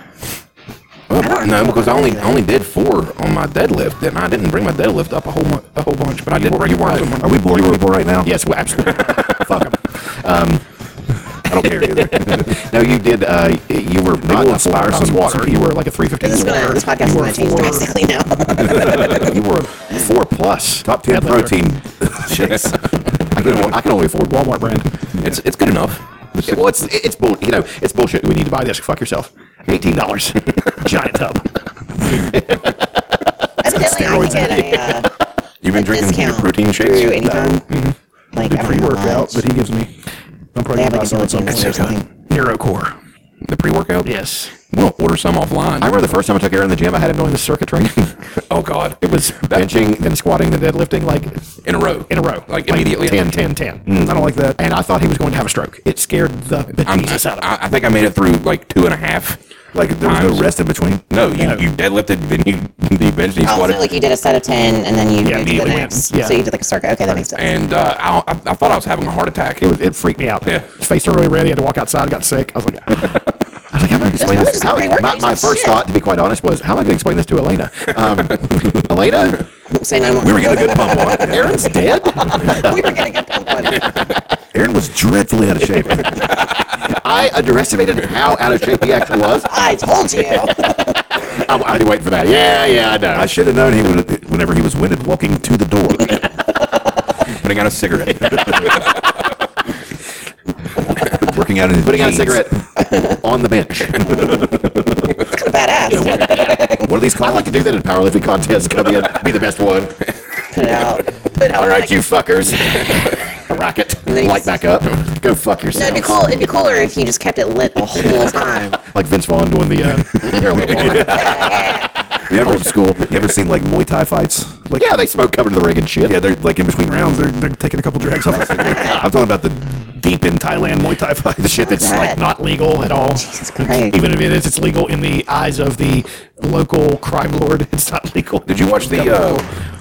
Well, no, because I only I only did four on my deadlift, and I didn't bring my deadlift up a whole mu- a whole bunch, but I did bring it Are up. we boring people right now? Yes, well, absolutely. Fuck 'em. Um, I don't care either. No, you did. Uh, you were not will a inspire thousand some- water. You were like a This is 350. gonna. This podcast is gonna change drastically now. You were a four plus. Top 10 protein shakes. I can, I can only afford Walmart brand. It's it's good enough. It- well, it's it's bull, you know it's bullshit. We need to buy this. Fuck yourself. Eighteen dollars. Giant tub. Evidently, I can get a, uh, You've been drinking your discount. protein shakes. Um, do anytime. Like, I Free don't know how workout much. that he gives me. I'm They probably gonna have buy like a some at some point. guillotine or something. Hero core. The pre workout. Yes. We'll order some offline. I remember the first time I took Aaron to the gym. I had him doing the circuit training. oh God, it was benching, then squatting, then deadlifting, like in a row. in a row, Like immediately. Mm. 10, 10, 10. I don't like that. And I thought he was going to have a stroke. It scared the I'm, bejesus out of I, I think I made it through like two and a half. Like there was no Times. rest in between. No, you, you deadlifted, then you you benched, you Oh, so squatted, like you did a set of ten, and then you Yeah, moved to the immediately next. went. Yeah. So you did like a circuit. Okay, that makes sense. and uh, I, I I thought I was having a heart attack. it. It, was, it freaked me out. Yeah. His face turned really red. He had to walk outside. Got sick. I was like, I was like, how am I going to explain Just this? How, work out my, my some first shit. thought, to be quite honest, was how am I going to explain this to Elena? Um, Elena, Say no more. we were getting a good pump on. Aaron's dead. we were getting a good pump on it. Aaron was dreadfully out of shape. I underestimated how out of shape he actually was. I told you. I, I'd be waiting for that. Yeah, yeah, I know. I should have known he would. Whenever he was winded, walking to the door. Putting out a cigarette. working out in his putting out a jeans. cigarette on the bench. Kind of badass. What are these called? I like to do that in powerlifting contests. Come in, be the best one. Put it out. Put it out. All like, right, you fuckers. Rocket. And then he Light just- back up. Go fuck No, yourself. it'd be cool. It'd be cooler if you just kept it lit the whole time. Like Vince Vaughn doing the uh, parallel walk. You ever, old school. You ever seen like Muay Thai fights? Like Yeah, they smoke covered to the rig and shit. yeah, they're like in between rounds. They're, they're taking a couple drags off. a cigarette. I'm talking about the deep in Thailand Muay Thai fight. The shit that's like not legal at all. Jesus Christ. Even if it is, it's legal in the eyes of the local crime lord. It's not legal. Did you watch the uh,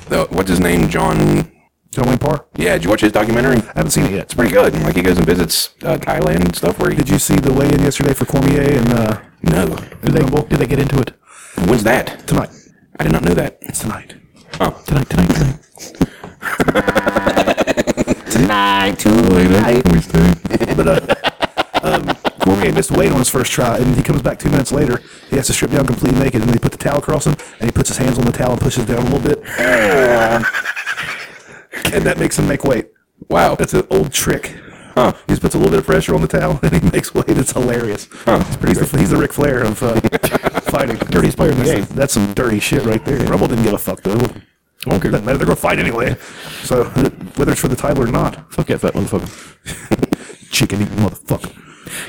the what's his name, John? John Wayne Parr. Yeah, did you watch his documentary? I haven't seen it yet. It's pretty good. Like he goes and visits uh, Thailand and stuff. Where he Did you see the weigh-in yesterday for Cormier and uh, no, did they, did they get into it when's that? tonight? I did not know that. It's tonight. Oh. Tonight, tonight, tonight. Tonight, tonight. but uh, um, Cormier missed weight on his first try, and he comes back two minutes later. He has to strip down completely naked, and they put the towel across him, and he puts his hands on the towel and pushes down a little bit, and that makes him make weight. Wow. That's an old trick. He just puts a little bit of pressure on the towel, and he makes weight. It's hilarious. It's pretty he's, the, he's the Ric Flair of uh, fighting. Dirtiest player in the game. That's some dirty shit right there. Rumble didn't give a fuck though. Okay. Doesn't matter. They're gonna fight anyway. So whether it's for the title or not, Fuck that fat motherfucker. chicken eating motherfucker.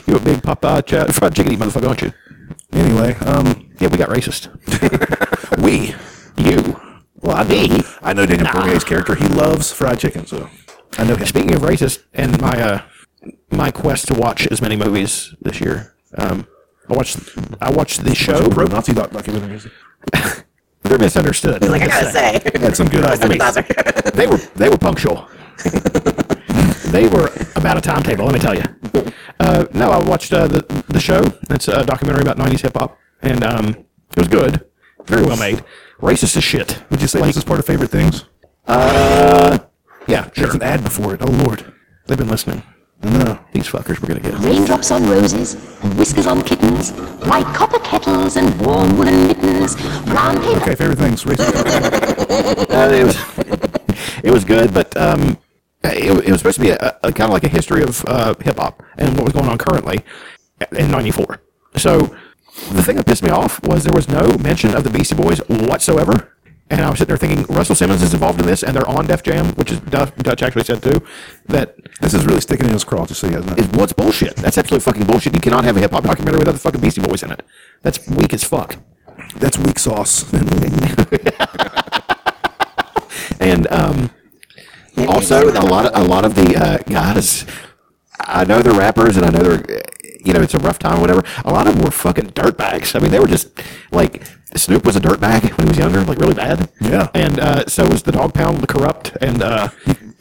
You're a big Popeye chat, fried chicken eat motherfucker, aren't you? Anyway, um, Yeah, we got racist. we You. Well, I mean, I know Daniel Cormier's character. He loves fried chicken, so I know him. Speaking of racist, and my uh, my quest to watch as many movies this year, um, I watched I watched the show. Pro Nazi doc documentaries. They're misunderstood. Like I gotta say, Had some good ideas. bother. They were they were punctual. they were about a timetable. Let me tell you. Uh, no, I watched uh, the the show. It's a documentary about '90s hip hop, and um, it was good. Very well made. Racist as shit. uh, Would you say this is part of favorite things? Yeah, There's sure. an ad before it. Oh Lord. They've been listening. No. These fuckers were gonna get. Raindrops on roses, and whiskers on kittens, white copper kettles and warm woolen mittens, brown paper Okay, favorite things. Racist. Uh, it was it was good, but um, it, it was supposed to be a, a kind of like a history of uh, hip hop and what was going on currently in '94. So the thing that pissed me off was there was no mention of the Beastie Boys whatsoever. And I was sitting there thinking Russell Simmons is involved in this, and they're on Def Jam, which is Dutch, Dutch actually said too that this is really sticking in his craw, just so you guys know. is what's bullshit. That's absolute fucking bullshit. You cannot have a hip hop documentary without the fucking Beastie Boys in it. That's weak as fuck. That's weak sauce. And um, also a lot of a lot of the uh, guys i know they're rappers and i know they're uh, you know it's a rough time or whatever a lot of them were fucking dirtbags i mean they were just like snoop was a dirtbag when he was younger like really bad Yeah. and uh, so was the dog pound the corrupt and uh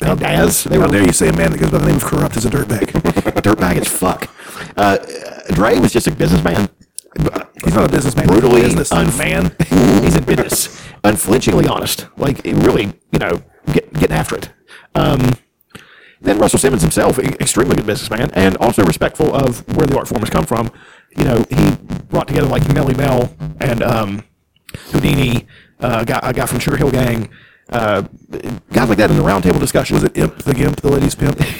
and Daz. they How were dare you say a man that goes by the name of corrupt is a dirtbag? dirtbag as fuck uh, dre was just a businessman He's not a businessman. he's a brutally business un- man. he's in business, unflinchingly honest. Like he really, you know, get, getting after it. Um, then Russell Simmons himself, e- extremely good businessman, and also respectful of where the art form has come from. You know, he brought together like Melly Mel and um, Houdini, uh, guy, a guy from Sugar Hill Gang, uh, guys like that in the roundtable discussion. Was it Imp the Gimp, the ladies pimp?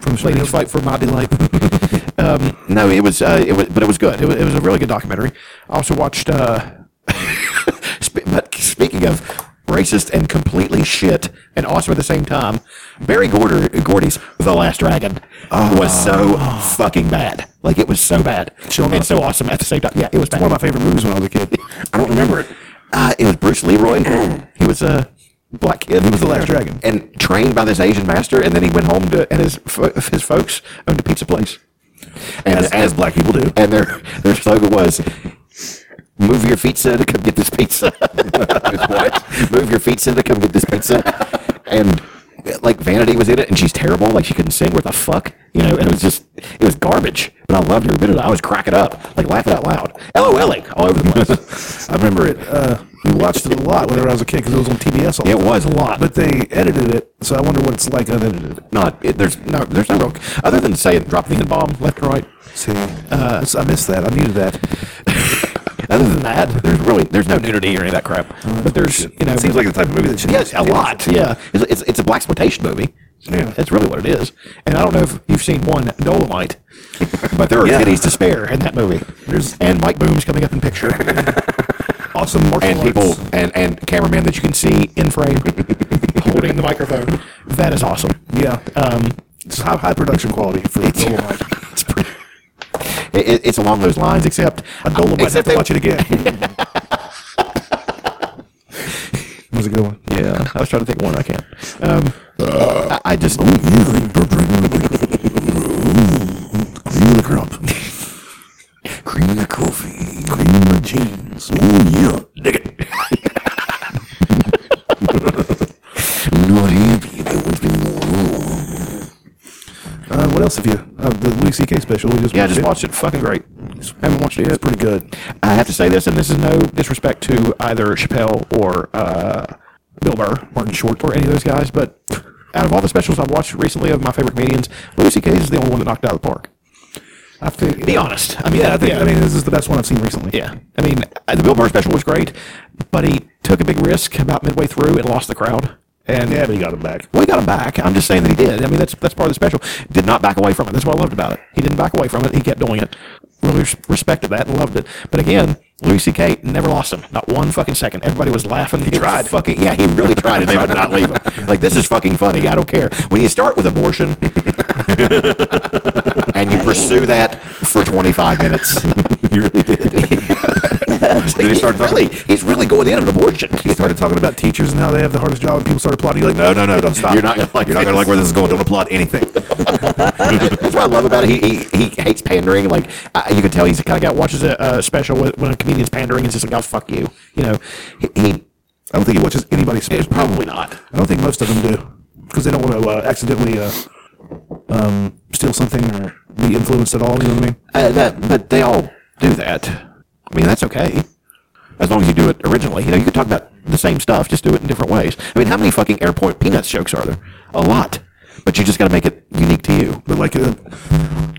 From Ladies Fight for My Delight. um, no, it was, uh, it was, but it was good. It was, it was a really good documentary. I also watched, uh, sp- but speaking of racist and completely shit and awesome at the same time, Barry Gorder, Gordy's The Last Dragon was so fucking bad. Like, it was so bad. and so awesome at the same time. Yeah, it was bad. One of my favorite movies when I was a kid. I don't remember it. Uh, it was Bruce Leroy. he was a black kid. He was the last dragon, and trained by this Asian master. And then he went home to and his fo- his folks owned a pizza place. And as, black people do, and their their slogan was. Move your feet, son, to come get this pizza. what? Move your feet, son, to come get this pizza. And like Vanity was in it, and she's terrible. Like she couldn't sing. What the fuck? You know? And it was just, it was garbage. But I loved every minute. of it. I was cracking up, like laughing out loud, LOLing all over the place. I remember it. Uh, we watched it a lot whenever I was a kid because it was on TBS. All the It was a lot, but But they edited it, so I wonder what it's like unedited. not. It, there's no. There's no real. Other than saying drop the n bomb left and right. See, I missed that. I needed that. Other than that, there's really there's no nudity or any of that crap. But there's you know Seems like the type of movie that should. yes a lot. Yeah, it's it's, it's a black exploitation movie. Yeah. that's really what it is. And I don't know if you've seen one Dolomite, but there are Yeah. titties to spare in that movie. There's- and Mike Boone's coming up in picture. Awesome martial and people and and cameraman that you can see in frame holding the microphone. That is awesome. Yeah. Um, it's high, high production quality for the whole line. It's pretty. It, it- it's along those lines, except a Nolan might have Except to they- watch it again. It was a good one. yeah, I was trying to think of one I can't. Um, I, I just. Cream the crop. Cream the coffee. Cream the jeans. Oh, yeah. Dig it. Not happy. I want to be more. Uh, what else have you? Uh, the Louis C.K. special. We just Yeah, I watched just it. watched it. Fucking great. Haven't watched it It's yet. pretty good. I have to say this, and this is no disrespect to either Chappelle or uh, Bill Burr, Martin Short, or any of those guys, but out of all the specials I've watched recently of my favorite comedians, Louis C.K. is the only one that knocked it out of the park. I think. Be honest. I mean, Yeah, I think. I mean, this is the best one I've seen recently. yeah. I mean, uh, the Bill Burr special was great, but he took a big risk about midway through and lost the crowd. And Yeah, but he got him back. well, he got him back. I'm just saying that he did. I mean, that's that's part of the special. Did not back away from it. That's what I loved about it. He didn't back away from it. He kept doing it. Really res- respected that and loved it. But again, Louis C.K. never lost him. Not one fucking second. Everybody was laughing. He tried. Fucking yeah, he really tried, and they would not leave him. Like this is fucking funny. I don't care. When you start with abortion and you pursue that for 25 minutes, You really did. then he started talking- really, he's really going in on abortion. He started talking about teachers and how they have the hardest job, and people started plotting. You're like, no, no, no, don't stop. You're not gonna like. You're not gonna like where this is going. Don't applaud anything. That's what I love about it. He he, he hates pandering. Like I, you can tell, he's the kind of guy that watches a, a special when, when a comedian's pandering. It's just like, oh fuck you. You know, he, he I don't think he watches anybody's it's special. probably not. I don't think most of them do because they don't want to uh, accidentally uh, um, steal something or be influenced at all. You know what I mean? Uh, that, but they all do that. I mean, that's okay. As long as you do it originally, you know, you can talk about the same stuff, just do it in different ways. I mean, how many fucking airport peanuts jokes are there? A lot. But you just got to make it unique to you. But like uh,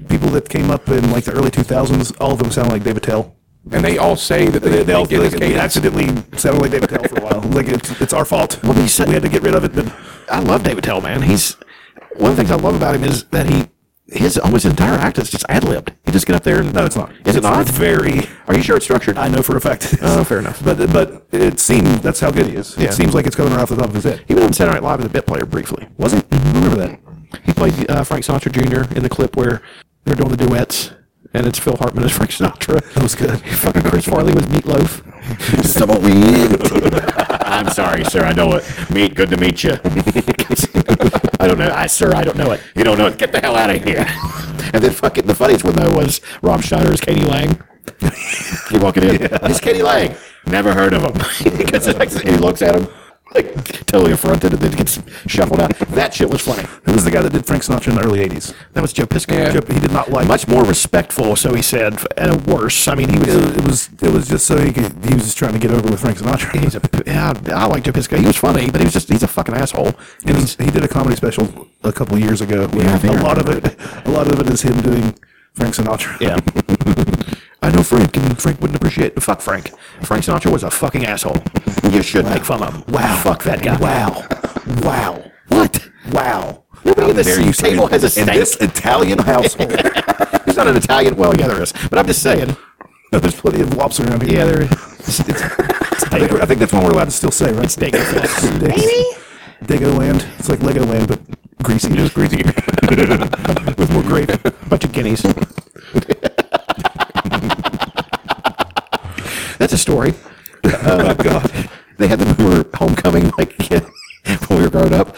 people that came up in like the early 2000s, all of them sound like David Tell. And they all say that they, they, all get they, this they cadence. accidentally sounded like David Tell for a while. Like it's, it's our fault. Well, he said- we had to get rid of it. But I love David Tell, man. He's one of the things I love about him is that he his almost entire act is just ad libbed. He just get up there and no, it's not. Is it not? very. Are you sure it's structured? I know for a fact. Oh, fair enough. But but it seemed that's how good he is. Yeah. It seems like it's coming right off the top of his head. He was on Saturday Night Live as a bit player briefly. Mm-hmm. Was he? I remember that. He played uh, Frank Sinatra Jr. in the clip where they're doing the duets, and it's Phil Hartman as Frank Sinatra. That was good. Fucking Chris Farley was Meatloaf. Some of we- I'm sorry, sir. I know it. Meet. Good to meet you. I don't know, I sir, I don't know it. You don't know it. Get the hell out of here. And then fucking the funniest one though was Rob Schneider's Katie Lang. He walking in, it's Katie Lang. Never heard of him. he gets next and he looks at him like totally affronted, and then gets shuffled out. That shit was funny. Who was the guy that did Frank Sinatra in the early 80s? That was Joe Piscopo. Yeah. Joe- He did not like. Much more respectful, so he said, and a worse. I mean, he was. It, it was it was just so he could. He was just trying to get over with Frank Sinatra. He's a. Yeah, I like Joe Piscopo. He was funny, but he was just. He's a fucking asshole. He, was, he did a comedy special a couple years ago. Where Yeah, I think a I lot of it, a lot of it is him doing Frank Sinatra. Yeah. I know Frank, and Frank wouldn't appreciate. Fuck Frank. Frank Sinatra was a fucking asshole. You should make fun of him. Wow. Fuck that guy. Wow. Wow. What? Wow. Nobody at dare you this say table has a in stake. this Italian household. There's not an Italian. Well, yeah, there is. But I'm just saying. There's plenty of wops around here. Yeah, there is. It's, it's, it's I think, Dago. I think that's one we're allowed to still say, right? It's Dago. Maybe. Dago Land. It's like Lego Land, but greasy. Just greasy. With more gravy. Bunch of guineas. That's a story. oh God! They had the Boomer homecoming like when we were growing up,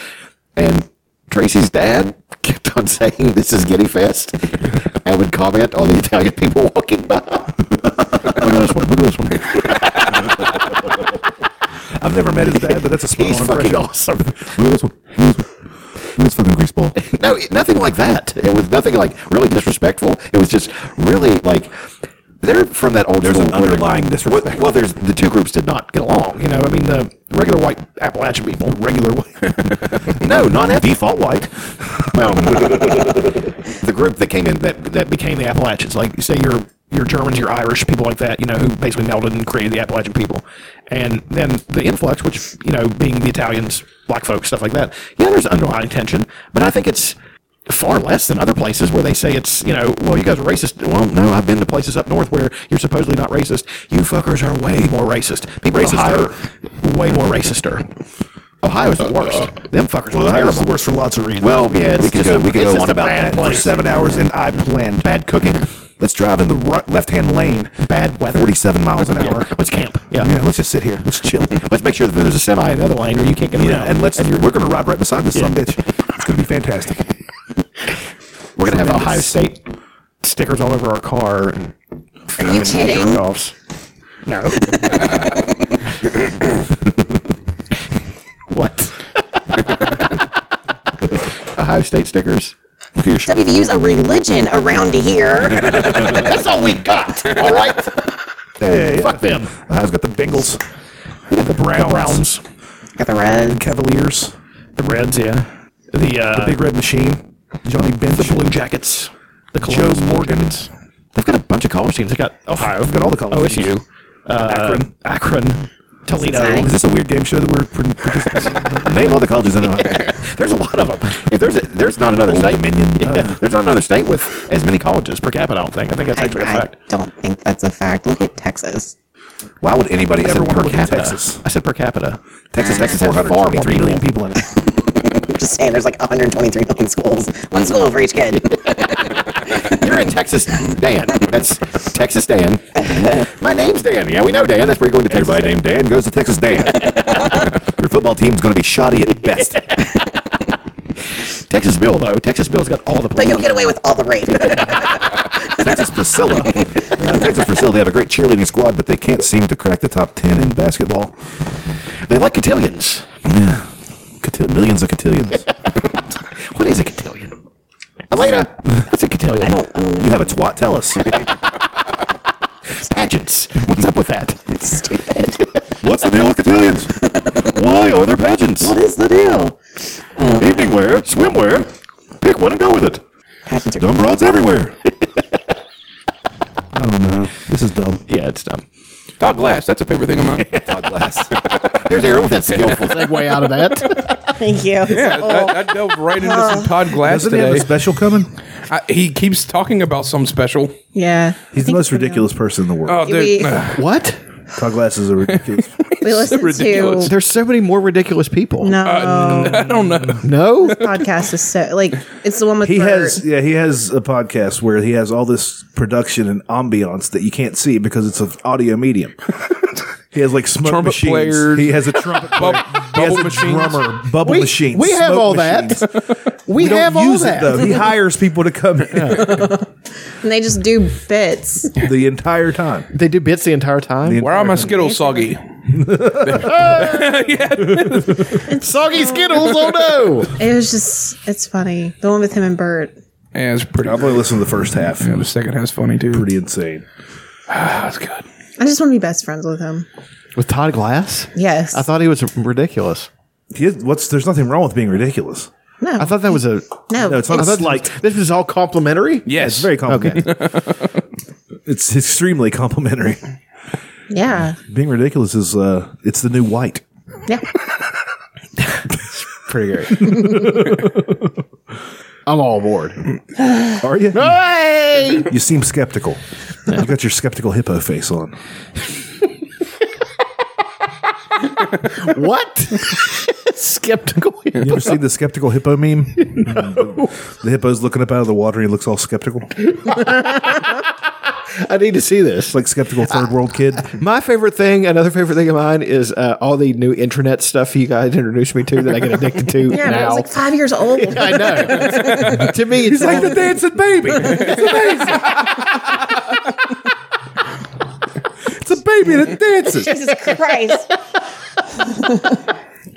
and Tracy's dad kept on saying, "This is Guinea Fest," and would comment on the Italian people walking by. look at this one! Look at this one! I've never met his dad, but that's a spot He's on fucking impression. awesome. It's fucking greaseball. No, it- nothing like that. It was nothing like really disrespectful. It was just really like they're from that old. There's an underlying disrespect. Well, well, there's the two groups did not get along. You know, I mean, the regular white Appalachian people, regular white. no, not that default white. Well, the group that came in that that became the Appalachians, like say your your Germans, your Irish, people like that, you know, who basically melded and created the Appalachian people, and then the influx, which you know, being the Italians, black folks, stuff like that. Yeah, there's underlying tension, but I think it's far less than other places where they say it's you know, well, you guys are racist. Well, no, I've been to places up north where you're supposedly not er. racist. You fuckers are way more racist. People racist way more racister. Ohio's the worst. Them fuckers Well, were that was terrible. the worst for lots of reasons. Well, yeah, it's we could just go, a- we could it's go just on a about bad that for place. seven hours, and I planned bad cooking. Let's drive in the right, left-hand lane, bad weather, 47 miles an hour. Let's camp. Yeah. Yeah, let's just sit here. Let's chill. Let's make sure that there's a semi in the other lane or you can't get around. Yeah, and let's. we're gonna ride right beside this son of a bitch. It's gonna be fantastic. we're going to have Ohio State stickers all over our car and Are you kidding? offs. No. what? Ohio State stickers. WVU's a religion around here. That's all we got. All right. Fuck them. I've got the Bengals, the Browns, Got the red. Cavaliers, The Reds, yeah. The uh, Big Red Machine, Johnny Bench, the Blue Jackets, the Joe Columbus. Morgan. They've got a bunch of college teams. They got Ohio. They've got all the college OSU, uh, Akron, Akron, Toledo. Cincinnati. Is this a weird game show that we're pr- participating? in? Name all the colleges in Ohio. There's a lot of them. If there's a, there's not another state. Yeah, there's not another state with as many colleges per capita. I don't think. I think that's I, actually a I fact. don't think that's a fact. Look at Texas. Why would anybody I ever said want to per live in capita. Texas? I said per capita. Texas, Texas has far Four hundred more forty-three million people. people in it. I'm just saying, there's like 123 million schools. One school for each kid. You're in Texas, Dan. That's Texas Dan. My name's Dan. Yeah, we know Dan. That's where you're going to Texas. Everybody named Dan goes to Texas Dan. Your football team's going to be shoddy at best. Texas Bill though. Texas Bill's got all the But players. you'll get away with all the rape. Texas Priscilla. Uh, Texas Priscilla, they have a great cheerleading squad, but they can't seem to crack the top 10 in basketball. They like cotillions. Cotil- millions of cotillions. What is a cotillion? Elena, that's a cotillion. You have a twat, tell us. Pageants. What's up with that? Stupid. What's the deal with cotillions? Why are there pageants? What is the deal? Evening wear, swimwear. Pick one and go with it. Pageants are- Dumb broads everywhere. This is dumb. Yeah, it's dumb. Todd Glass, that's a favorite thing of mine. Todd Glass. There's Aaron with that skillful. Segue out of that. Uh, Thank you. Yeah, I, I dove right into some Todd Glass Doesn't he have today. a special coming? I, he keeps talking about some special. yeah. He's the most ridiculous person in the world. Oh, dude. we- ugh. what? Todd Glass is a ridiculous. We listened ridiculous. to There's so many more ridiculous people. Uh, I don't know. No? podcast is so like it's the one with he Bert. has yeah he has a podcast where he has all this production and ambiance that you can't see because it's an audio medium. He has like smoke Trumpet machines. players. He has a trumpet player. he has bubble a machines. drummer. Bubble We- machines. we have smoke all that. machines. We, We don't have all use that. it though. He hires people to come in and they just do bits. the entire time. They do bits the entire time. The Where are my Skittles soggy? Soggy Skittles, oh no! It was just it's funny. The one with him and Bert. Yeah, it's pretty. I've only listened to the first half. It The was second half's funny too. Ah, pretty insane. That's good. I just want to be best friends with him. With Todd Glass? Yes. I thought he was ridiculous. He is, what's there's nothing wrong with being ridiculous. no. I thought that was a. no. No, it's not I thought like this was all complimentary. Yes, it's very complimentary. it's extremely complimentary. yeah. Being ridiculous is uh, it's the new white. Yeah. Pretty great. I'm all aboard. Are you? Hey! You seem skeptical. You got your skeptical hippo face on. What? Skeptical. You ever seen the skeptical hippo meme? The hippo's looking up out of the water. and He looks all skeptical, I need to see this. Uh, like skeptical third world kid. My favorite thing, another favorite thing of mine, is uh, all the new internet stuff you guys introduced me to that I get addicted to Yeah, but I now. was like five years old. I know. to me, it's like dancing baby. It's amazing. it's a baby that dances. Jesus Christ.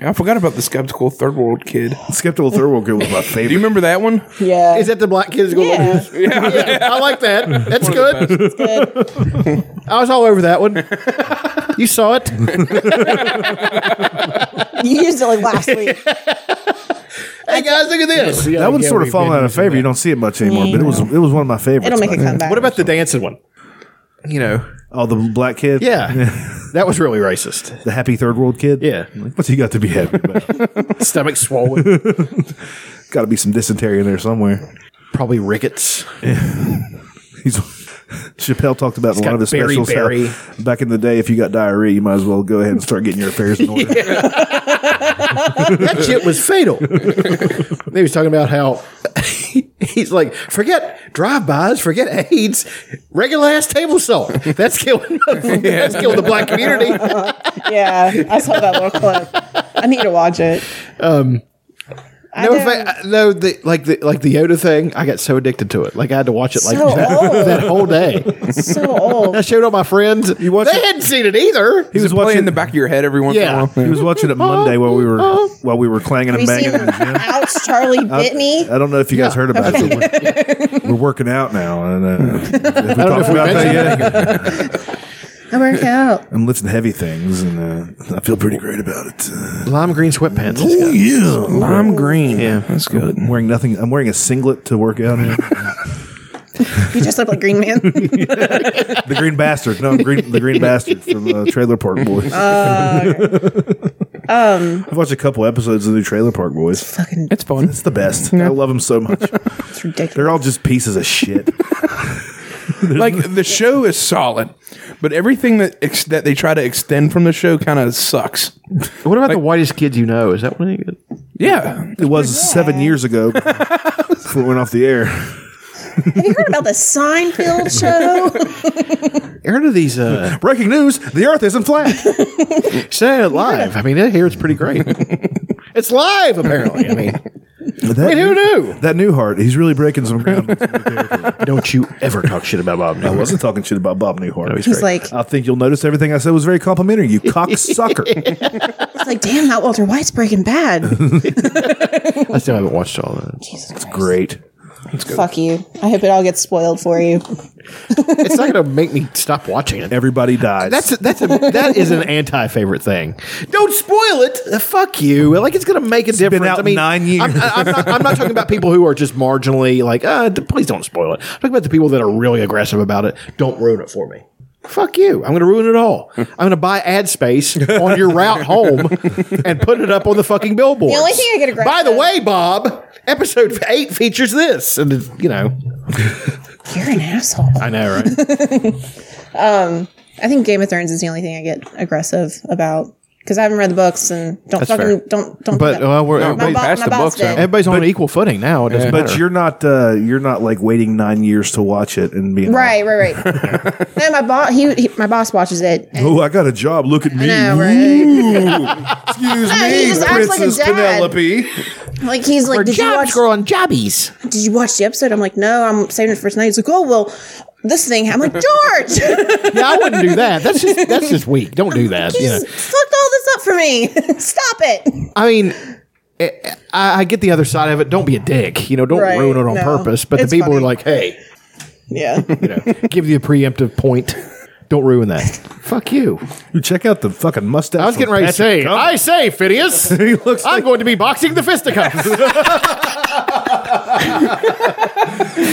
I forgot about the skeptical third world kid. Skeptical third world kid was my Do you favorite. remember that one? Yeah. Is that the black kids going Yeah. like this? Yeah, I like that. That's good. good. I was all over that one. You saw it. Hey You used it like last week. guys, look at this. That one's sort of fallen out of favor. You don't see it much anymore, but it was it was one of my favorites. It'll make a back then. comeback. What about the dancing one? You know, Oh, the black kid. yeah, that was really racist. the happy third world kid. Yeah. Like, what's he got to be happy about? Stomach swollen, got to be some dysentery in there somewhere. probably rickets. He's Chappelle talked about in It's a lot got of his berry, specials. how berry. Back in the day, if you got diarrhea, you might as well go ahead and start getting your affairs in order. that shit was fatal. he was talking about how he's like, forget drive-bys, forget AIDS, regular ass table salt. That's killing. That's killing the black community. yeah, I saw that little clip. I need to watch it. Um, I no, know. in fact, no, the like the like the Yoda thing. I got so addicted to it. Like I had to watch it like So old. that, whole day. So old. I showed all my friends. You watch they it- hadn't seen it either. He was Play watching in the back of your head every once in a Yeah. Oh, while. He was watching it Monday while we were while we were clanging Have and you seen banging. in the gym. Ouch, Charlie Bitney? I don't know if you guys heard about it. But we're, we're working out now, and uh, have we know if talked we about that mentioned yet. I work out. I'm lifting heavy things, and uh, I feel pretty great about it. Uh, Lime green sweatpants. oh yeah, I'm green. Yeah. that's good. I'm wearing nothing. I'm wearing a singlet to work out in. You just look like Green Man. the green bastard. No, I'm green, the green bastard from uh, Trailer Park Boys. Oh, um, I've watched a couple episodes of the new Trailer Park Boys. fucking, It's fun. It's the best. I love them so much. it's ridiculous. They're all just pieces of shit. Like the show is solid, but everything that ex- that they try to extend from the show kind of sucks. What about the whitest kids you know? Is that one? of you- Yeah, It was seven years ago before it went off the air. Have you heard about the Seinfeld show? Heard of these? Uh, Breaking news: The Earth isn't flat. say it live. I mean, it here it's pretty great. it's live apparently. I mean, that, I mean, who knew? That Newhart, he's really breaking some ground. Don't you ever talk shit about Bob? I wasn't talking shit about Bob Newhart. He's like, I think you'll notice everything I said was very complimentary. You cocksucker. it's like, damn, that Walter White's Breaking Bad. I still haven't watched all of it. Jesus Christ. Great. Fuck you. I hope it all gets spoiled for you. It's not going to make me stop watching it. Everybody dies. That's a, that's a, that is an anti favorite thing. Don't spoil it. Uh, Fuck you. Like it's going to make a difference. out I mean, nine years. I'm, I- I'm not, I'm not talking about people who are just marginally like, uh, d- please don't spoil it. I'm talking about the people that are really aggressive about it. Don't ruin it for me. Fuck you. I'm going to ruin it all. I'm going to buy ad space on your route home and put it up on the fucking billboard. The only thing I get aggressive- By the way, Bob, episode eight features this, and it's, you know, You're an asshole. I know, right? Um, I think Game of Thrones is the only thing I get aggressive about because I haven't read the books and don't That's fucking fair. don't don't. But, uh, we're- my, everybody's bo- past my the boss books, did. though. Everybody's on an equal footing now. It doesn't but matter. you're not uh, you're not like waiting nine years to watch it and being Right, right, right. no, my boss he, he my boss watches it. And, Oh, I got a job. Look at me. I know, right? Excuse No, he me, just acts like a Princess dad. Penelope. Like he's like, did you watch? on jobbies. Did you watch the episode? I'm like, no, I'm saving it for tonight. He's like, oh well, this thing. happened." I'm like, George, Yeah, I wouldn't do that. That's just that's just weak. Don't do that. you You know. just fucked all this up for me. Stop it. I mean, I, I get the other side of it. Don't be a dick. You know, don't Right, ruin it on no. purpose. But It's the people funny. are like, hey, Yeah. you know, give you a preemptive point. Don't ruin that. Fuck you. Dude, check out the fucking mustache. I was getting ready to say, I say, Phineas, He looks I'm like- going to be boxing the fisticuffs.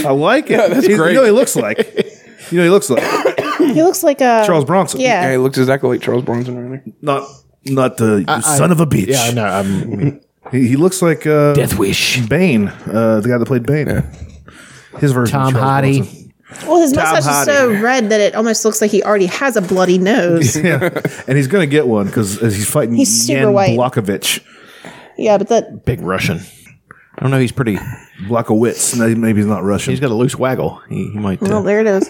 I like it. that's great. You know, what he looks like. You know, what he looks like He looks like a Charles Bronson. yeah, Uh, Yeah. he looks exactly like Charles Bronson right there. not not the you son of a bitch. yeah, I know. I'm, He, he looks like uh, Death wish. Bane, uh, the guy that played Bane. His version. Tom of Charles Hardy. Bronson. Well, his mustache is so red that it almost looks like he already has a bloody nose. Yeah, and he's gonna get one because he's fighting He's super Jan white. Blokovich. yeah, but that big Russian. I don't know. He's pretty. Blokowitz. No, maybe he's not Russian. He's got a loose waggle. He, he might. well, Uh, there it is.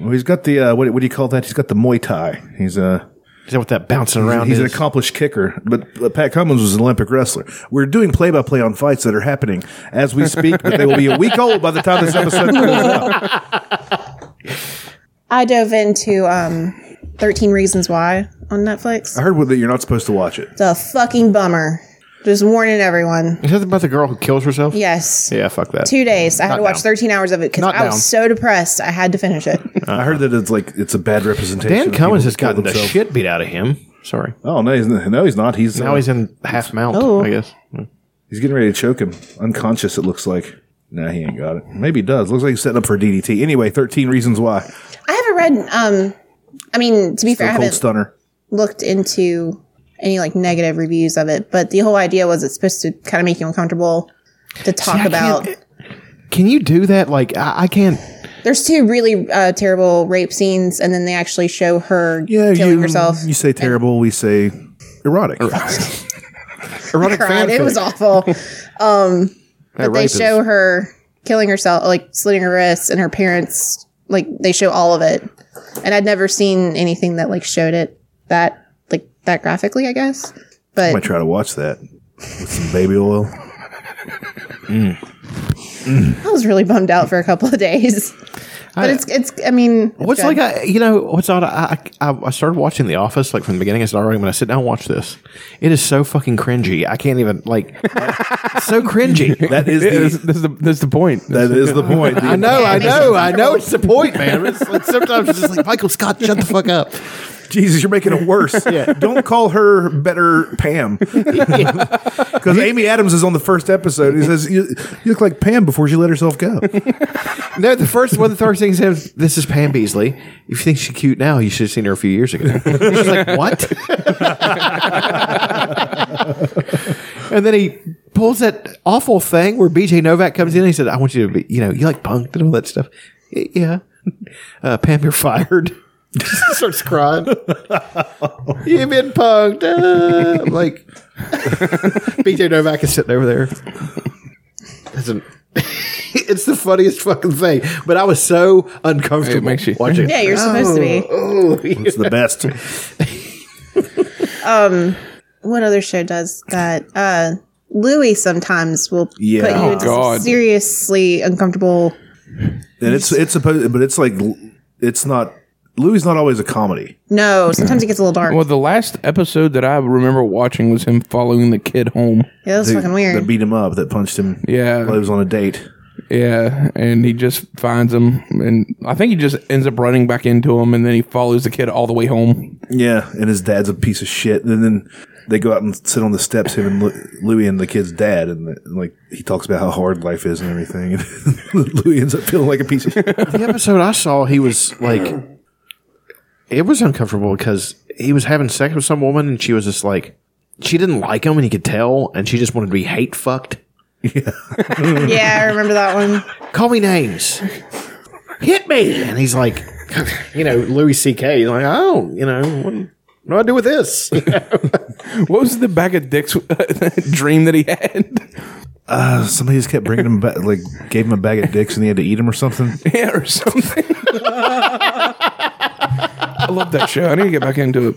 Well, he's got the uh, what, what do you call that? He's got the Muay Thai. He's a is that what that bouncing he's, around? he's an is? accomplished kicker. But, but Pat Cummins was an Olympic wrestler. We're doing play by play on fights that are happening as we speak, but they will be a week old by the time this episode comes out. I dove into um, 13 Reasons Why on Netflix. I heard that you're not supposed to watch it. It's a fucking bummer. Just warning everyone. Is that about the girl who kills herself? Yes. Yeah. Fuck that. Two days. I had Not to watch down. 13 hours of it because Not I down. was so depressed. I had to finish it. I heard that it's like it's a bad representation. Dan of people Cummins has who kill gotten the themselves. shit beat out of him. Sorry. Oh no, he's no, he's not. He's Now uh, he's in half mount, Oh. I guess. He's getting ready to choke him. Unconscious, it looks like. Nah, he ain't got it. Maybe he does. Looks like he's setting up for DDT. Anyway, 13 reasons why. I haven't read. Um, I mean, to be fair, I The cold haven't stunner. looked into any like negative reviews of it. But the whole idea was it's supposed to kind of make you uncomfortable to talk I can't- about. Can you do that? Like, I, I can't. There's two really uh, terrible rape scenes, and then they actually show her Yeah, killing you, herself. You say terrible, we say erotic. I cried. It was awful. Um, That but they rape is- show her killing herself, like slitting her wrists, and her parents like they show all of it. And I'd never seen anything that like showed it that like that graphically, I guess. I But might try to watch that with some baby oil. Mm. I was really bummed out for a couple of days. But I- it's it's. I mean, it's What's good. like I, you know what's odd? I, I I started watching The Office like from the beginning. I said, "All right, when I sit down and watch this, it is so fucking cringy. I can't even like it's so cringy. that is Yeah, that's, that's the that's the point. That is the point. I know, I know, I know. It's the point, man. It's like sometimes it's just like Michael Scott, shut the fuck up. Jesus, you're making it worse. Don't call her better Pam. Because Amy Adams is on the first episode. He says, you, you look like Pam before she let herself go. No, the first one, the first thing he said, was, "This is Pam Beasley. If you think she's cute now, you should have seen her a few years ago." She's like, "What?" and then he pulls that awful thing where BJ Novak comes in. and He said, "I want you to be, you know, you like punk and all that stuff." "Y- Yeah, uh, Pam, you're fired. Starts crying. You've been punked. Uh, I'm like BJ Novak is sitting over there. Doesn't. it's the funniest fucking thing, but I was so uncomfortable watching. Yeah, you're supposed to be. Oh, It's the best. um what other show does that uh louis sometimes will Yeah. put you Oh, into God. seriously uncomfortable And it's it's supposed, but it's like it's not. Louis not always a comedy. no sometimes it gets a little dark Well, the last episode that I remember watching was him following the kid home. yeah that was They- fucking That weird beat him up. That punched him. Yeah. while he was on a date. Yeah, and he just finds him, and I think he just ends up running back into him, and then he follows the kid all the way home. Yeah, and his dad's a piece of shit. And then they go out and sit on the steps, him and Lu- Louis and the kid's dad, and, and, like he talks about how hard life is and everything. And Louis ends up feeling like a piece of shit. the episode I saw, he was like, it was uncomfortable because he was having sex with some woman and she was just like, she didn't like him and he could tell and she just wanted to be hate fucked. Um, yeah i remember that one Call me names. Hit me. And he's like, you know, Louis C.K. Like, oh, you know, what, what do I do with this? What was the bag of dicks uh, dream that he had? Uh, somebody just kept bringing him back, like gave him a bag of dicks, and he had to eat him or something. Yeah, or something. I love that show. I need to get back into it.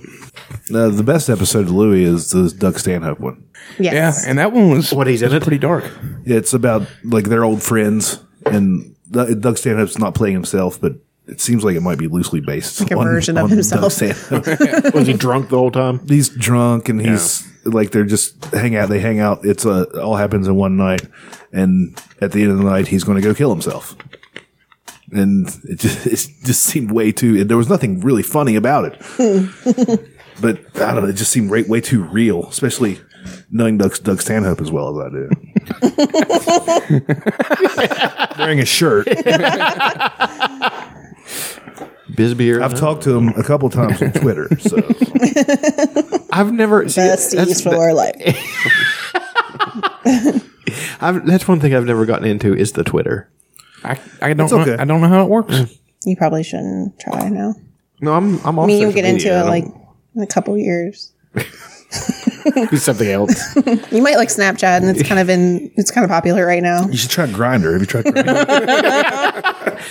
Uh, the best episode of Louis is the Doug Stanhope one. Yeah, and that one was what he's in it. pretty dark. It's about like their old friends, and Doug Doug Stanhope's not playing himself, but it seems like it might be loosely based Like a version of himself. Stanhope. was he drunk the whole time? he's drunk and he's like they're just hang out. They hang out. It's a it all happens in one night, and at the end of the night, he's going to go kill himself. And it just it just seemed way too. And there was nothing really funny about it. But I don't know. It just seemed way, way too real, especially knowing Doug, Doug Stanhope as well as I do. Wearing a shirt. Bisbee. I've talked to him a couple times on Twitter. So I've never seen besties for life I've, that's one thing I've never gotten into is the Twitter. I, I don't It's know, okay. I don't know how it works. you probably shouldn't try now No, I'm I'm i off mean you'll social get into media. I it don't- like in a couple years do something else. you might like snapchat and it's kind of in it's kind of popular right now you should try Grinder. Have you tried Grinder?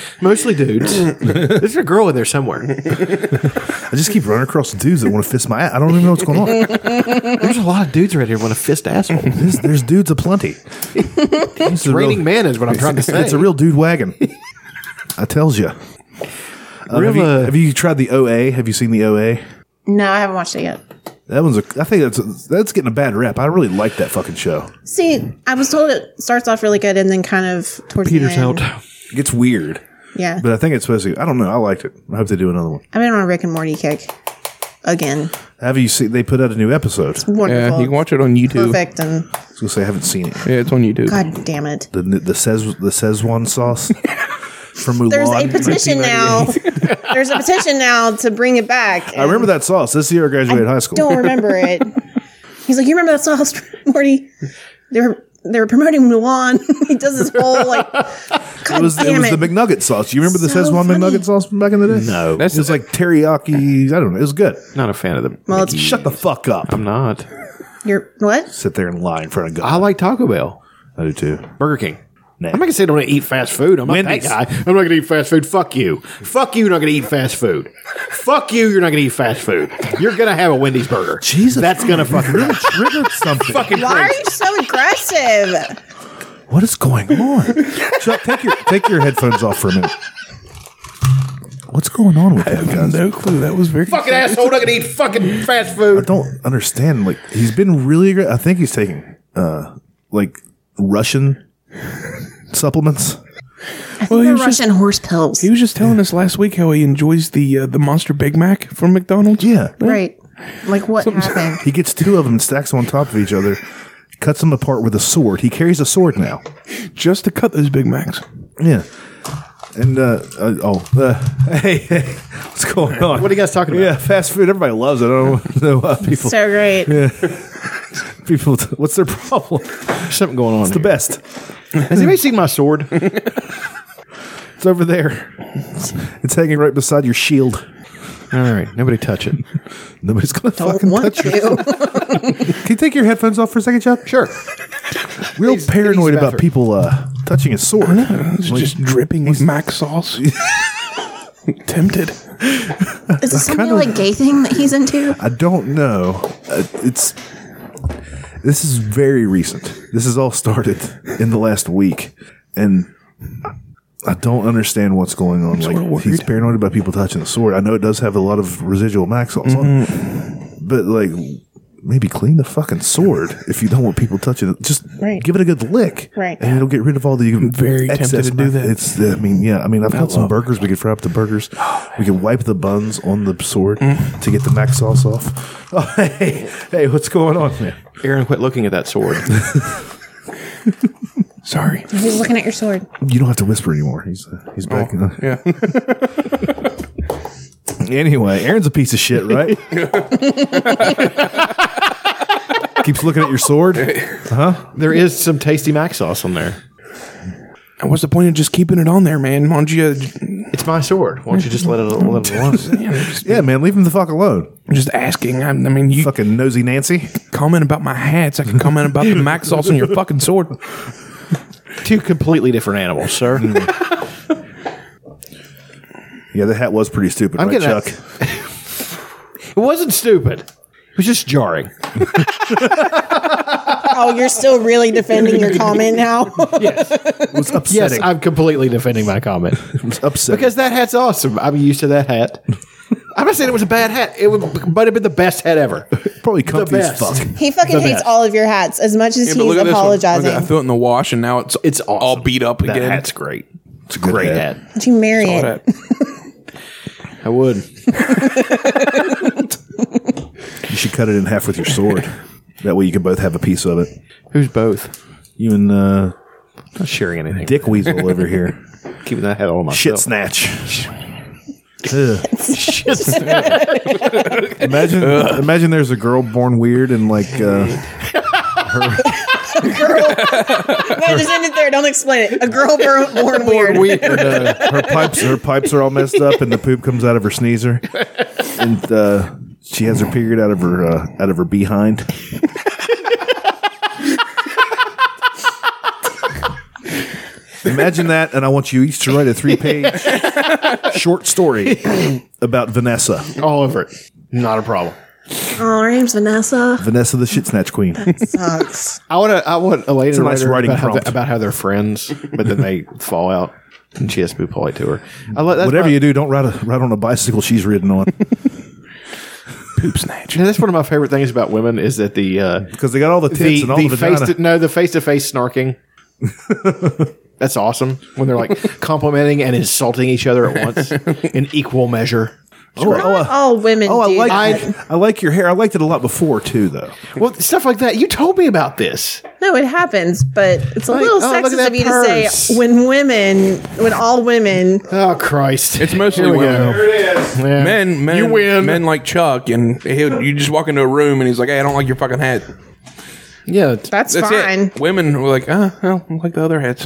Mostly dudes. There's a girl in there Oh, somewhere. I just keep running across dudes that want to fist my ass. I don't even know what's going on. There's a lot of dudes right here want to fist asshole. There's, there's dudes aplenty. It's a Raining real, man is what I'm trying to say. it's a real dude wagon. I tells you. have, you Rilla- have you tried the OA? Have you seen the OA? no i haven't watched it yet That one's. A, I think that's that's getting a bad rep. I really like that fucking show. see i was told it starts off really good and then kind of towards Peter's the end out. It gets weird, yeah but I think it's supposed to. I don't know. I liked it. I hope they do another one. i've been on a rick and morty kick again Have you seen? They put out a new episode. I wonderful Yeah, you can watch it on YouTube. perfect and was gonna say I haven't seen it. Yeah, it's on YouTube. god damn it The the says the Szechuan sauce from Mulan. there's a petition now there's a petition now to bring it back I remember that sauce. This year I graduated high school. don't remember it he's like you remember that sauce morty they were they were promoting Mulan. he does his whole like. God it was, it damn was it. the McNugget sauce. You remember the So Szechuan funny. McNugget sauce from back in the day? No. it was like teriyaki. I don't know. It was good. Not a fan of them. Well, it's- Shut the fuck up. I'm not. You're what? Sit there and lie in front of God. I like Taco Bell, I do too. Burger King. Nah. I'm not gonna say I don't wanna eat fast food. I'm Wendy's. not that guy. I'm not gonna eat fast food. Fuck you. Fuck you. You're not gonna eat fast food. Fuck you. You're not gonna eat fast food. You're gonna have a Wendy's burger. Jesus, that's gonna fucking really triggered something. fucking Why are crazy. you so aggressive? What is going on? Chuck, take your take your headphones off for a minute. What's going on with that guy? No clue. That was very. Fucking asshole. Not gonna eat fucking fast I food. don't understand. Like he's been really. aggr- I think he's taking uh like Russian supplements. Well, he They're was, just, Russian horse pills. he was just telling us last week how he enjoys the uh, the monster Big Mac from McDonald's. Yeah, right. Like what happened? he gets two of them, and stacks them on top of each other, cuts them apart with a sword. He carries a sword now. Just to cut those Big Macs. Yeah. And uh, uh oh, uh, hey, hey, what's going on? What are you guys talking about? yeah, fast food. Everybody loves it. I don't know why people. So great. People, what's their problem? There's something going on. It's the here. best. Has anybody seen my sword? It's over there. It's hanging right beside your shield. All right, nobody touch it. Nobody's gonna Don't fucking want touch you. to. Can you take your headphones off for a second, Chuck? Sure. Real Please, paranoid please, about bathroom. people uh, touching his sword. It's just dripping with Mac sauce. Tempted. Is this something kinda- like gay thing that he's into? I don't know. Uh, it's this is very recent. This has all started in the last week, and I don't understand what's going on. like he's paranoid about people touching the sword. I know it does have a lot of residual max sauce on, Mm-hmm. it, but like maybe clean the fucking sword if you don't want people touching it. Just Right. give it a good lick, Right. And it'll get rid of all the very tempted excess to do mac- that. It's I mean yeah. I mean I've got some burgers. We could fry up the burgers. Oh, We could wipe the buns on the sword Mm. to get the mac sauce off. Oh hey hey, what's going on, man? Aaron, quit looking at that sword. Sorry. He's looking at your sword. You don't have to whisper anymore. He's uh, Oh, he's back. Yeah. Anyway, Aaron's a piece of shit, right? Keeps looking at your sword. there is some tasty mac sauce on there. And what's the point of just keeping it on there, man? Why don't you uh, It's my sword. Why don't you just let it, let it alone? you know, just, Yeah, man, leave him the fuck alone. just asking? I, I mean, you Fucking nosy Nancy. comment about my hats. I can comment about the Mac sauce on your fucking sword. Two completely different animals, sir. Yeah, the hat was pretty stupid, I'm right, gonna- Chuck? It wasn't stupid. It was just jarring. Oh, you're still really defending your comment now? It was Yes, upsetting. I'm completely defending my comment it was upsetting. because that hat's awesome. I'm used to that hat. I'm not saying it was a bad hat. It would, might have been the best hat ever. probably comfy as best. fuck. He fucking The hates best. all of your hats as much as he's apologizing. I threw it in the wash and now it's It's awesome. all beat up That again. hat's great. It's a good great hat. hat. Would you marry All it? that. I would. You should cut it in half with your sword. that way you can both have a piece of it. Who's both? You and uh, Not sharing anything. Dick Weasel over here. keeping that hat all myself. Shit snatch. Ugh. imagine, imagine there's a girl born weird and like uh, No, just end it there. Don't explain it. A girl born, born weird. her pipes her pipes are all messed up and the poop comes out of her sneezer and uh, she has her period out of her uh, out of her behind. Imagine that, and I want you each to write a three-page short story about Vanessa, all over it. Not a problem. Oh, her name's Vanessa. Vanessa the shit snatch queen. Sucks. I want to. I want Elena a to nice write her writing about how, prompt. they, about how they're friends, but then they fall out, and she has to be polite to her. I let, that's Whatever my, you do, don't ride a, ride on a bicycle she's ridden on Poop snatch. You know, that's one of my favorite things about women is that the uh, because they got all the tits the, and all the the face vagina. to, no the face to face snarking. that's awesome when they're like complimenting and insulting each other at once in equal measure. oh, oh, uh, All women oh, I do like that. I, like your hair. I liked it a lot before too, though. Well, stuff like that. You told me about this. No, it happens, but it's a little oh, look at sexist that of you to purse. say when women, when all women, Oh Christ! It's mostly Here we women. go. Yeah. Men, men, You win. Men like Chuck, and he'll, you just walk into a room and he's like, "Hey, I don't like your fucking hat." Yeah, That's fine. It. Women were like, ah, well, I like the other hats.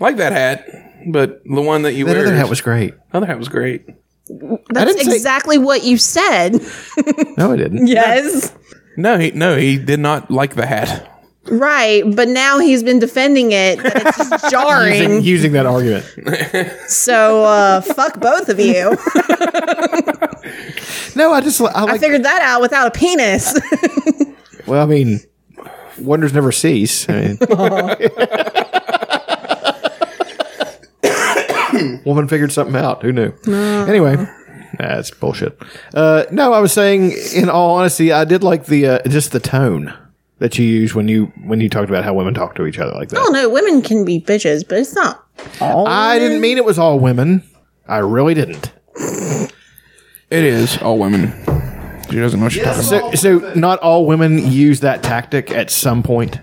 I like that hat, but the one that you That wear. other is- hat was great. Other hat was great. That's didn't say- exactly what you said. No, it didn't. Yes. No, he no, he did not like the hat. Right. But now he's been defending it. and It's Using, jarring. using that argument. so uh, fuck both of you. No, I just I I like. figured that out without a penis. well, I mean, wonders never cease. I mean- woman figured something out. Who knew? Anyway, that's bullshit. Uh, no, I was saying, in all honesty, I did like the uh, just the tone that you use when you when you talked about how women talk to each other like that. oh no, women can be bitches, but it's not all. I didn't mean it was all women. I really didn't. It is all women. She doesn't know what she's talking So, so not all women use that tactic at some point.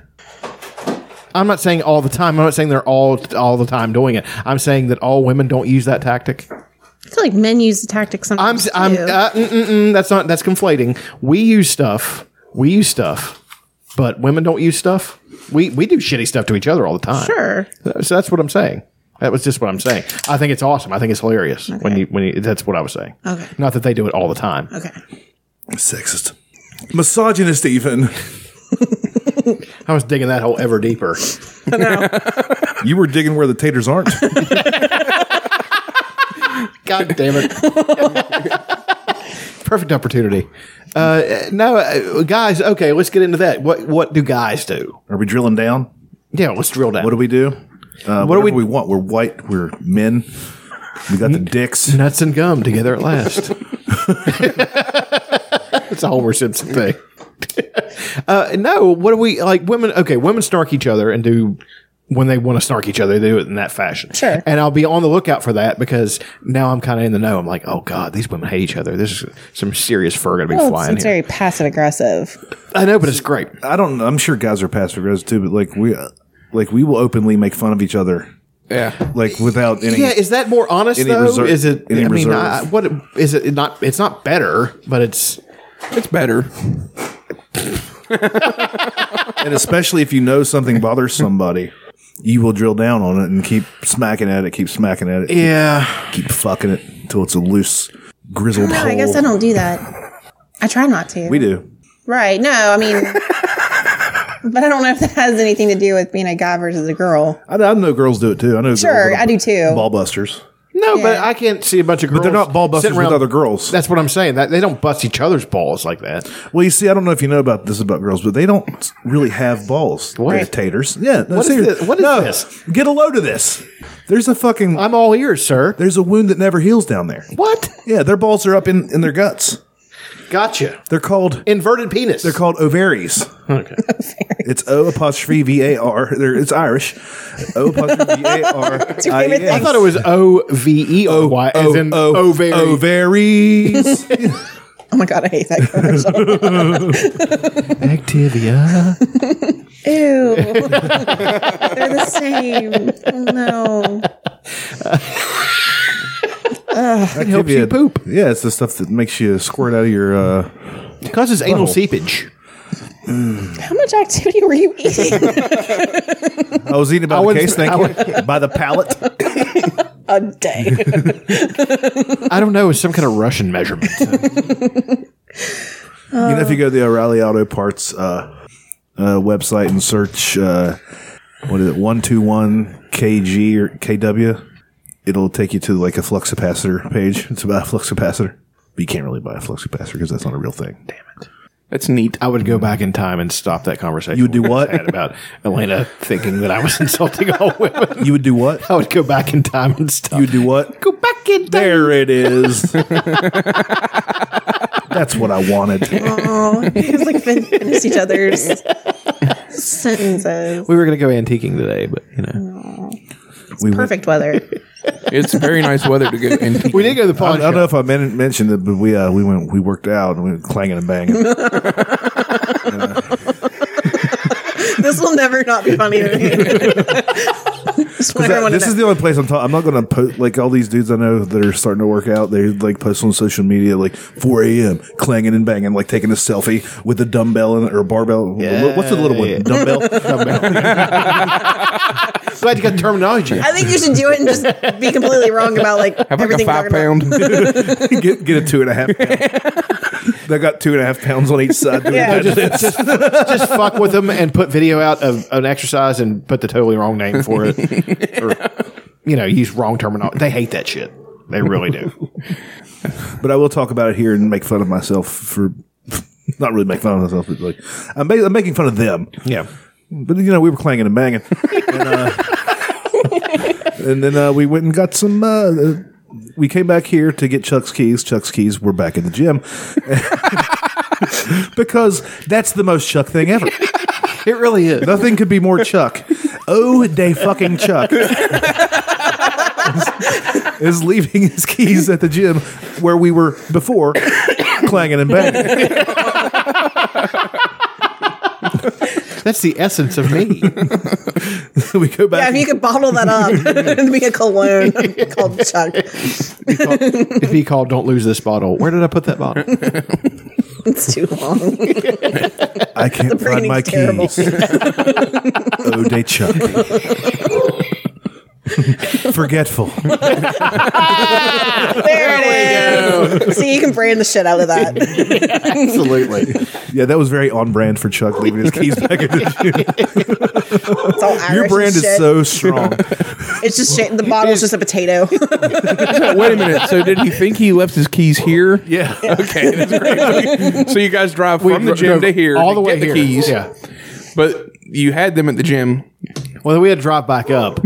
I'm not saying all the time. I'm not saying they're all all the time doing it. I'm saying that all women don't use that tactic. I feel like men use the tactic I'm sometimes. I'm too. uh, mm, mm, mm, that's not that's conflating. We use stuff. We use stuff, but women don't use stuff. We we do shitty stuff to each other all the time. sure. So that's what I'm saying. That was just what I'm saying. I think it's awesome. I think it's hilarious when you when you, that's what I was saying. Okay. Not that they do it all the time. Okay. Sexist. Misogynist, even. I was digging that hole ever deeper. You were digging where the taters aren't. God damn it. Perfect opportunity. Uh, no, uh, guys, okay, let's get into that. What what do guys do? Are we drilling down? Yeah, let's drill down. What do we do? Uh, what do do we- we, want? We're white. We're men. We got the dicks. Nuts and gum together at last. It's a Homer Simpson thing. uh, no, what do we like? Women, okay, women snark each other and do when they want to snark each other, they do it in that fashion. Sure. And I'll be on the lookout for that because now I'm kind of in the know. I'm like, oh god, these women hate each other. This is some serious fur going to be Well, it's, flying it's here. very passive aggressive. I know, but it's great. I don't. know. I'm sure guys are passive aggressive too, but like we, uh, like we will openly make fun of each other, about. Yeah. like without any. Yeah, is that more honest any though? reserve- is it? any I mean, reserve. I, what is it? Not it's not better, but it's It's better. and especially if you know something bothers somebody, you will drill down on it and keep smacking at it, keep smacking at it, keep- yeah. keep, fucking it until it's a loose, grizzled No, hole. I guess I don't do that. I try not to. We do. Right. No, I mean, but I don't know if that has anything to do with being a guy versus a girl. I, I know girls do it too. I know. Sure, I do too. Ball busters. No, but Yeah. I can't see a bunch of girls. They're not ball busters sitting with around- other girls. That's what I'm saying. That they don't bust each other's Oh, balls like that. Well, you see, I don't know if you know about this about girls, but they don't really have balls. What? They're taters. Yeah. No, What is serious. thi- what is No, this? Get a load of this. There's a fucking. I'm all ears, sir. there's a wound that never heals down there. What? Yeah, their balls are up in, in their guts. Gotcha. They're called Inverted penis. they're called ovaries. Okay. It's O apostrophe V A R. They're- It's Irish. O apostrophe V A R. It's your favorite I thought it was O V E O Y as in ovary. ovaries. Oh my god, I hate that commercial. Activia. Ew. They're the same. Oh, No. That helps you poop. Yeah, it's the stuff that makes you squirt out of your. Uh, Causes anal seepage. Mm. How much activity were you eating? I was eating I by the wouldn't- case, I thank you. wouldn't- by the palate. A day. I don't know. It's some kind of Russian measurement. You know, if you go to the O'Reilly Auto Parts uh, uh, website and search uh, what is it, one two one kg or kw, it'll take you to like a flux capacitor page. It's about a flux capacitor, but you can't really buy a flux capacitor because that's not a real thing. Damn it! That's neat. I would go back in time and stop that conversation. You would do we what? just had about Elena thinking that I was insulting all women. You would do what? I would go back in time and stop. You would do what? go back in time. There it is. that's what I wanted. Oh, you guys like fin- finish each other's sentences. We were going to go antiquing today, but you know, We went- Perfect weather. It's very nice weather to go in. we did go to I the pawn I don't know shop. if I men- mentioned it, but we uh, we went we worked out and we were clanging and banging. This will never not be funny to me. Just what 'Cause that- everyone this knows. is the only place I'm talking. I'm not going to post like all these dudes I know that are starting to work out. They like post on social media like 4 a.m. clanging and banging, like taking a selfie with a dumbbell in, or barbell. What's the little one? Yeah. Dumbbell. Glad you got terminology. I think you should do it and just be completely wrong about like everything we're talking about. get get a two and a half. pound. they got two and a half pounds on each side. doing Yeah. deadlifts. Just fuck with them and put video out of an exercise and put the totally wrong name for it. or, you know, use wrong terminology. They hate that shit. They really do. but I will talk about it here and make fun of myself for not really make fun of myself, but like I'm, ma- I'm making fun of them. Yeah. But you know, we were clanging and banging, and, uh, and then uh, we went and got some. Uh, we came back here to get Chuck's keys. Chuck's keys were back in the gym because that's the most Chuck thing ever. It really is. Nothing could be more Chuck. Oh, day fucking Chuck. is, is leaving his keys at the gym where we were before, clanging and banging. That's the essence of me. we go Yeah, if back. you could bottle that up and make a cologne called Chuck. It'd be called Don't Lose This Bottle. Where did I put that bottle? It's too long. I can't find my branding's terrible. keys. oh, day Chuck. Forgetful. There it is. See, you can brand the shit out of that. Absolutely. Yeah, that was very on brand for Chuck leaving his keys back in the gym. It's all Irish Your and brand is shit. so strong. It's just shit. The bottle's just a potato. So, wait a minute. So did he think he left his keys here? Yeah. Okay, that's great. so you guys drive from the gym to here, all to the way get here. the keys, Yeah. but you had them at the gym. Well, then we had to drive back up,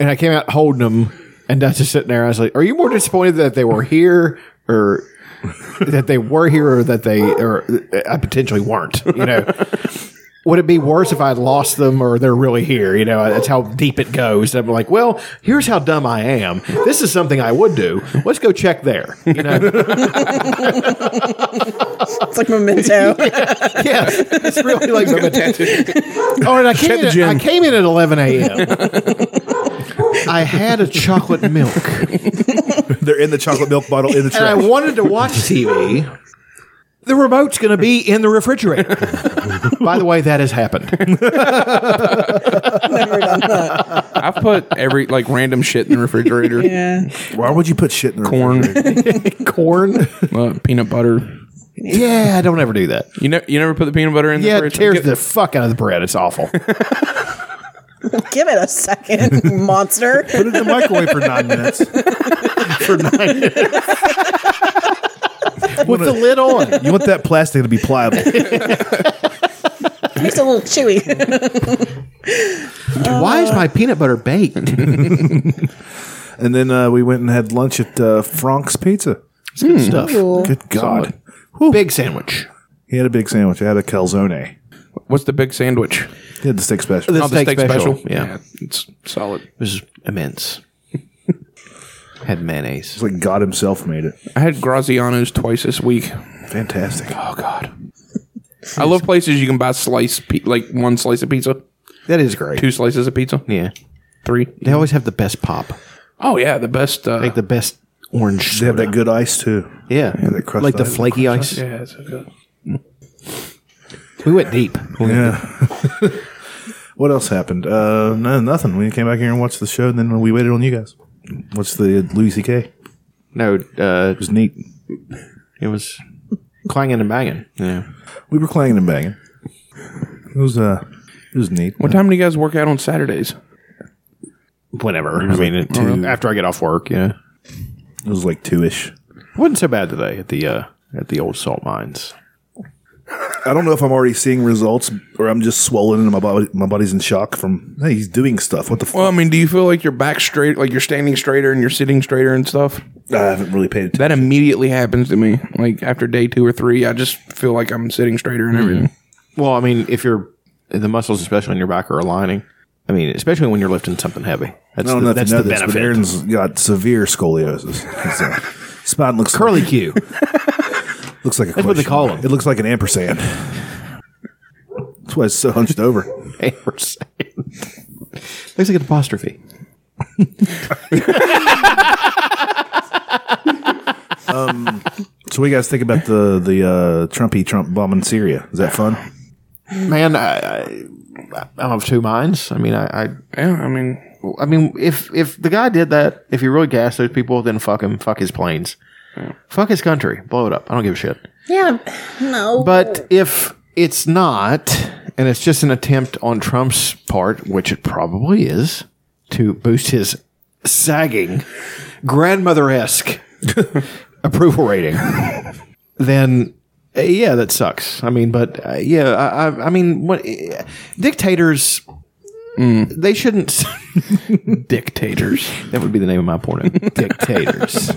and I came out holding them, and Dutch is sitting there. I was like, "Are you more disappointed that they were here, or that they were here, or that they, or I potentially weren't? You know." Would it be worse if I had lost them or they're really here? You know, that's how deep it goes. I'm like, well, here's how dumb I am. This is something I would do. Let's go check there. You know, It's like memento. yeah, it's really like Oh, and I came, in, gym. I came in at 11 a.m. I had a chocolate milk. They're in the chocolate milk bottle in the And I trash. wanted to watch TV. The remote's going to be in the refrigerator. By the way, that has happened. Never done that. I've put every like random shit in the refrigerator. Yeah. Why would you put shit in the Corn, Corn? uh, peanut butter. Yeah, don't ever do that. You know, you never put the peanut butter in. Yeah, the it fridge? tears Get- the fuck out of the bread. It's awful. Give it a second, monster. Put it in the microwave for nine minutes. With the lid on. You want that plastic to be pliable. It's a little chewy. Why is my peanut butter baked? And then uh, we went and had lunch at uh, Frank's Pizza. Stuff. Good God. Big sandwich. He had a big sandwich. I had a calzone. What's the big sandwich? Oh, He had the steak special. The steak special. Yeah. Yeah. it's solid. It was immense. Had mayonnaise. It's like God himself made it. I had Graziano's twice this week. Fantastic. Oh God, I love places you can buy slice pe- like one slice of pizza, That is great. two slices of pizza, Yeah. three. They always have the best pop. Oh yeah, the best. Uh, Like the best orange. They have soda. that good ice too. Yeah. that crust like the ice. flaky ice. yeah, so good. We went deep. Yeah. what else happened? Uh, no, nothing. We came back here and watched the show, and then we waited on you guys. What's the Louis C.K.? It No, uh, was neat. It was clanging and banging. Yeah. We were clanging and banging. It was uh, it was neat. What time do you guys work out on Saturdays? Whenever. I mean, it, Mm-hmm. after I get off work, yeah. It was like two ish. Wasn't so bad today at the uh, at the old salt mines. I don't know if I'm already seeing results or I'm just swollen and my body, my body's in shock from hey, he's doing stuff. What the fuck? Well, I mean, do you feel like your back straight, like you're standing straighter and you're sitting straighter and stuff? I haven't really paid attention. That immediately happens to me. Like after day two or three, I just feel like I'm sitting straighter and everything. Well, I mean, if you're the muscles, especially in your back, are aligning. I mean, especially when you're lifting something heavy. That's I don't the, know if that's you know the this, but benefit. Aaron's got severe scoliosis. His, uh, spine looks Curly Like, Q. looks like a That's what they question call mark. them. It looks like an ampersand. That's why it's so hunched over. Looks like an apostrophe. Um, so, what do you guys think about the the uh, Trumpy Trump bombing Syria? Is that fun? Man, I, I, I'm of two minds. I mean, I, I yeah, I mean, I mean, if if the guy did that, if he really gassed those people, then fuck him, fuck his planes, fuck his country, blow it up. I don't give a shit. Yeah. No. But if it's not, and it's just an attempt on Trump's part, which it probably is, to boost his sagging, grandmother esque approval rating, then uh, yeah, that sucks. I mean, but uh, yeah, I, I, I mean, what eh, dictators. They shouldn't. dictators. Mm. That would be the name of my porno. dictators.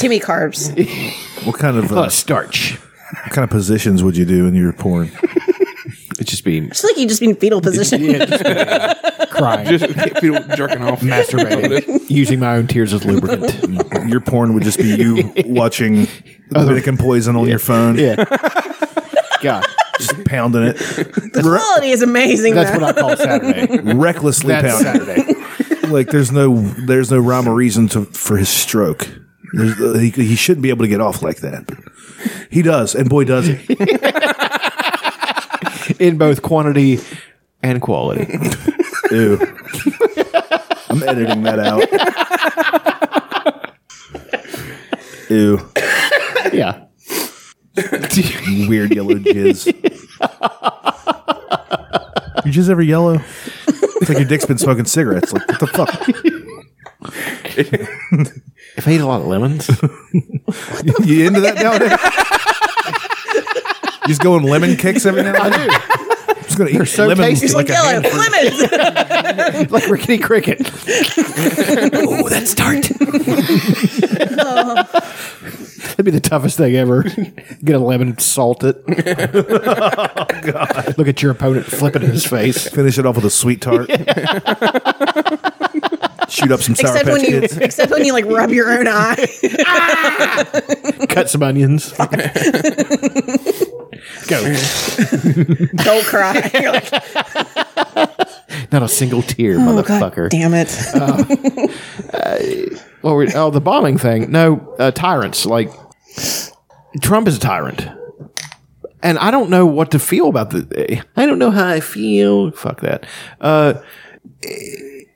Too many carbs. What kind of uh, starch? What kind of positions would you do in your porn? It'd just be It's like you just be in fetal position. crying, Just people jerking off. masturbating, using my own tears as lubricant. Mm-hmm. Your porn would just be you watching Dominican Poison on your phone, Yeah. God, just pounding it Quality is amazing. that's though. what I call Saturday. recklessly. That's pounding. Saturday. like there's no there's no rhyme or reason to for his stroke. There's, uh, he, he shouldn't be able to get off like that. But he does, and boy does he. In both quantity and quality. Ew. I'm editing that out. Ew. Yeah. Weird yellow jizz. Your jizz ever yellow? It's like your dick's been smoking cigarettes. Like what the fuck? If I eat a lot of lemons, You into that nowadays? You just going lemon kicks every now and then. I'm just gonna eat so lemon tasty. He's like, a yellow lemons. like rickety cricket. oh, that start. Oh. That'd be the toughest thing ever. Get a lemon, salt it. Look at your opponent flipping in his face. Finish it off with a sweet tart. Shoot up some sour except patch when you kids. except when you like rub your own eye. Cut some onions. Go. Don't cry. You're like, Not a single tear, oh, God, motherfucker. Uh, damn it. What were- oh, the bombing thing. No, uh, tyrants. Like Trump is a tyrant, and I don't know what to feel about the. I don't know how I feel. Fuck that. Uh, eh,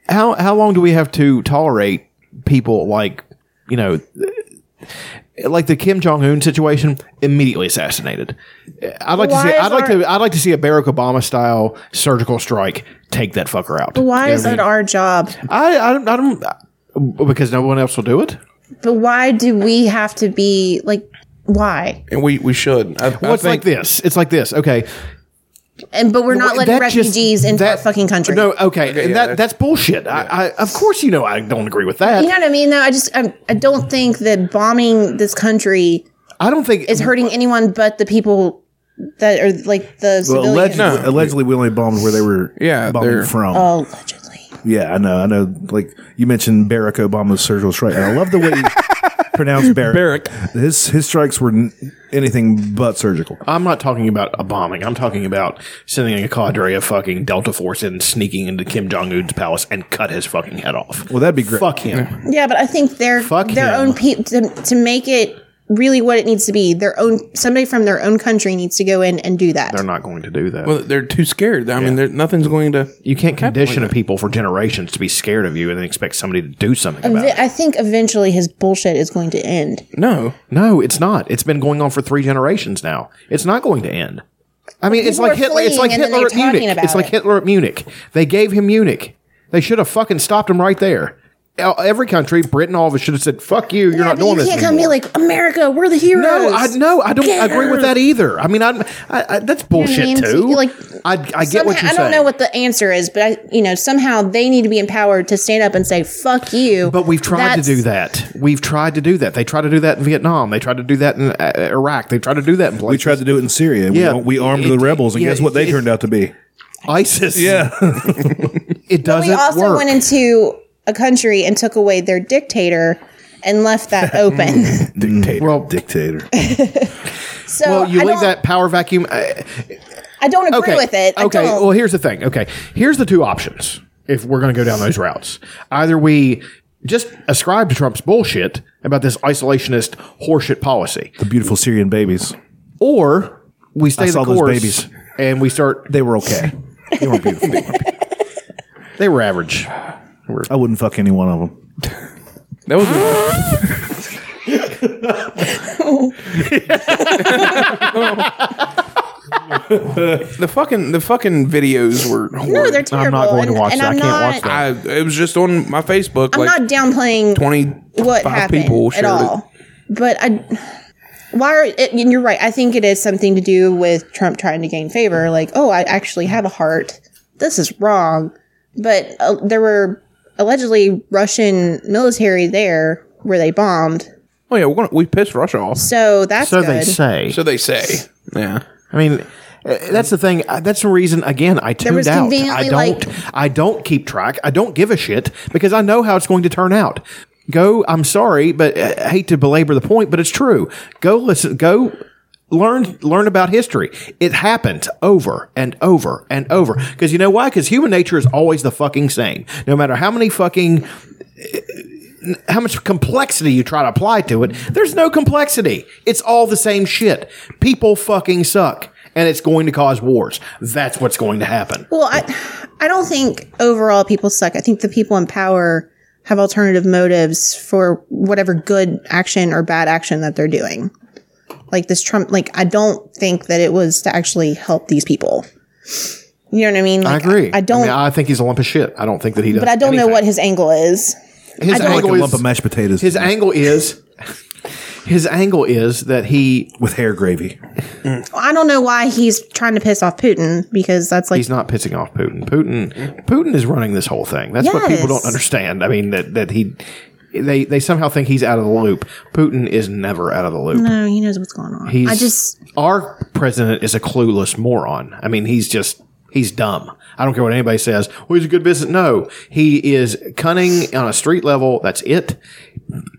how how long do we have to tolerate people like you know? eh, Like the Kim Jong Un situation, immediately assassinated. Eh, I'd like to Why see. is I'd like our- to. I'd like to see a Barack Obama style surgical strike take that fucker out. Why is that our job? I. I don't. I don't uh, because no one else will do it. But why do we have to be like why? And we, we should. I, Well, it's like this. It's like this. Okay, And but we're not letting That just- refugees into that- our fucking country. No, okay, and yeah, that that's bullshit. I, I, of course, you know, I don't agree with that. You know what I mean? Though I just I, I don't think that bombing this country I don't think is hurting anyone but the people that are like the Well, civilians. allegedly, allegedly, we only bombed where they were Yeah, bombing they're- from. Oh, allegedly. yeah, I know. I know. Like you mentioned, Barack Obama's surgical strike, and I love the way you pronounce Barack. Barack. His his strikes were n- anything but surgical. I'm not talking about a bombing. I'm talking about sending a cadre of fucking Delta Force and sneaking into Kim Jong Un's palace and cut his fucking head off. Well, that'd be great. Fuck him. Yeah, but I think their Fuck their him. own people to, to make it really what it needs to be. Their own somebody from their own country needs to go in and do that. They're not going to do that. Well, they're too scared. I mean, they're, nothing's going to. you can't condition a people for generations to be scared of you and then expect somebody to do something about Ev- it. I think eventually his bullshit is going to end. No. No, it's not. It's been going on for three generations now. It's not going to end. I mean, it's people like are Hitler. It's like fleeing and then Hitler at they're talking Munich. about It's like it. Hitler at Munich. They gave him Munich. They should have fucking stopped him right there. Uh, Every country, Britain, all of us should have said, "Fuck you. You're Yeah, not but you doing this." can't come and be anymore." like America. We're the heroes. No, I no, I don't Get agree with that e- either. I mean, I'm, I, I that's bullshit mean? So too. you, like, I, I get what Somehow- you're I don't saying. know what the answer is, but I, you know, somehow they need to be empowered to stand up and say "fuck you." But we've tried to That's- do that. We've tried to do that. They tried to do that in Vietnam. They tried to do that in uh, Iraq. They tried to do that in places. We tried to do it in Syria. Yeah. we, we armed It- the rebels, and yeah, guess what? They it- turned out to be. ISIS. Yeah, it doesn't We also work. went into a country and took away their dictator and left that open. dictator. Well- dictator. so well, you I leave don't- that power vacuum. I, I I don't agree with it. I uh, okay. don't. Well, here's the thing. Okay. Here's the two options if we're going to go down those routes. Either we just ascribe to Trump's bullshit about this isolationist horseshit policy, The beautiful Syrian babies. or we stay I the saw those course babies. and we start. They were okay. They were beautiful. They were average. I wouldn't fuck any one of them. That was a- the fucking the fucking videos were. no, horrid. they're terrible. going to and- watch and that. I I'm can't not, watch that. I it was just on my Facebook. I'm like not downplaying twenty what five happened people at shared it. all. But I, why are it, and you're right. I think it is something to do with Trump trying to gain favor. Like, oh, I actually have a heart. This is wrong. But uh, there were allegedly Russian military there where they bombed. Oh yeah, we're gonna, we pissed Russia off. So that's So good. they say. So they say. Yeah. I mean, uh, that's the thing. Uh, That's the reason. Again, I tuned was out. I conveniently, don't. I don't keep track. I don't give a shit because I know how it's going to turn out. Go. I'm sorry, but uh, I hate to belabor the point, but it's true. Go listen. Go learn. Learn about history. It happened over and over and over. Because you know why? Because human nature is always the fucking same. No matter how many fucking how much complexity you try to apply to it. There's no complexity. It's all the same shit. People fucking suck. And it's going to cause wars. That's what's going to happen. Well, I, I don't think overall people suck. I think the people in power have alternative motives for whatever good action or bad action that they're doing. Like this Trump, like I don't think that it was to actually help these people. You know what I mean? Like, I agree. I, don't, mean, I think he's a lump of shit. I don't think that he does. Oh. but I don't know anything. what his angle is. his I don't- angle Like a lump is. of mashed potatoes his angle is. His angle is that he with hair gravy. I don't know why he's trying to piss off Putin because that's like he's not pissing off Putin. Putin Putin is running this whole thing. That's what Yes. people don't understand. I mean that that he they they somehow think he's out of the loop. Putin is never out of the loop. no, he knows what's going on. He's, I just our president is a clueless moron. I mean, he's just he's dumb. I don't care what anybody says. Well, he's a good business. No, he is cunning on a street level. That's it.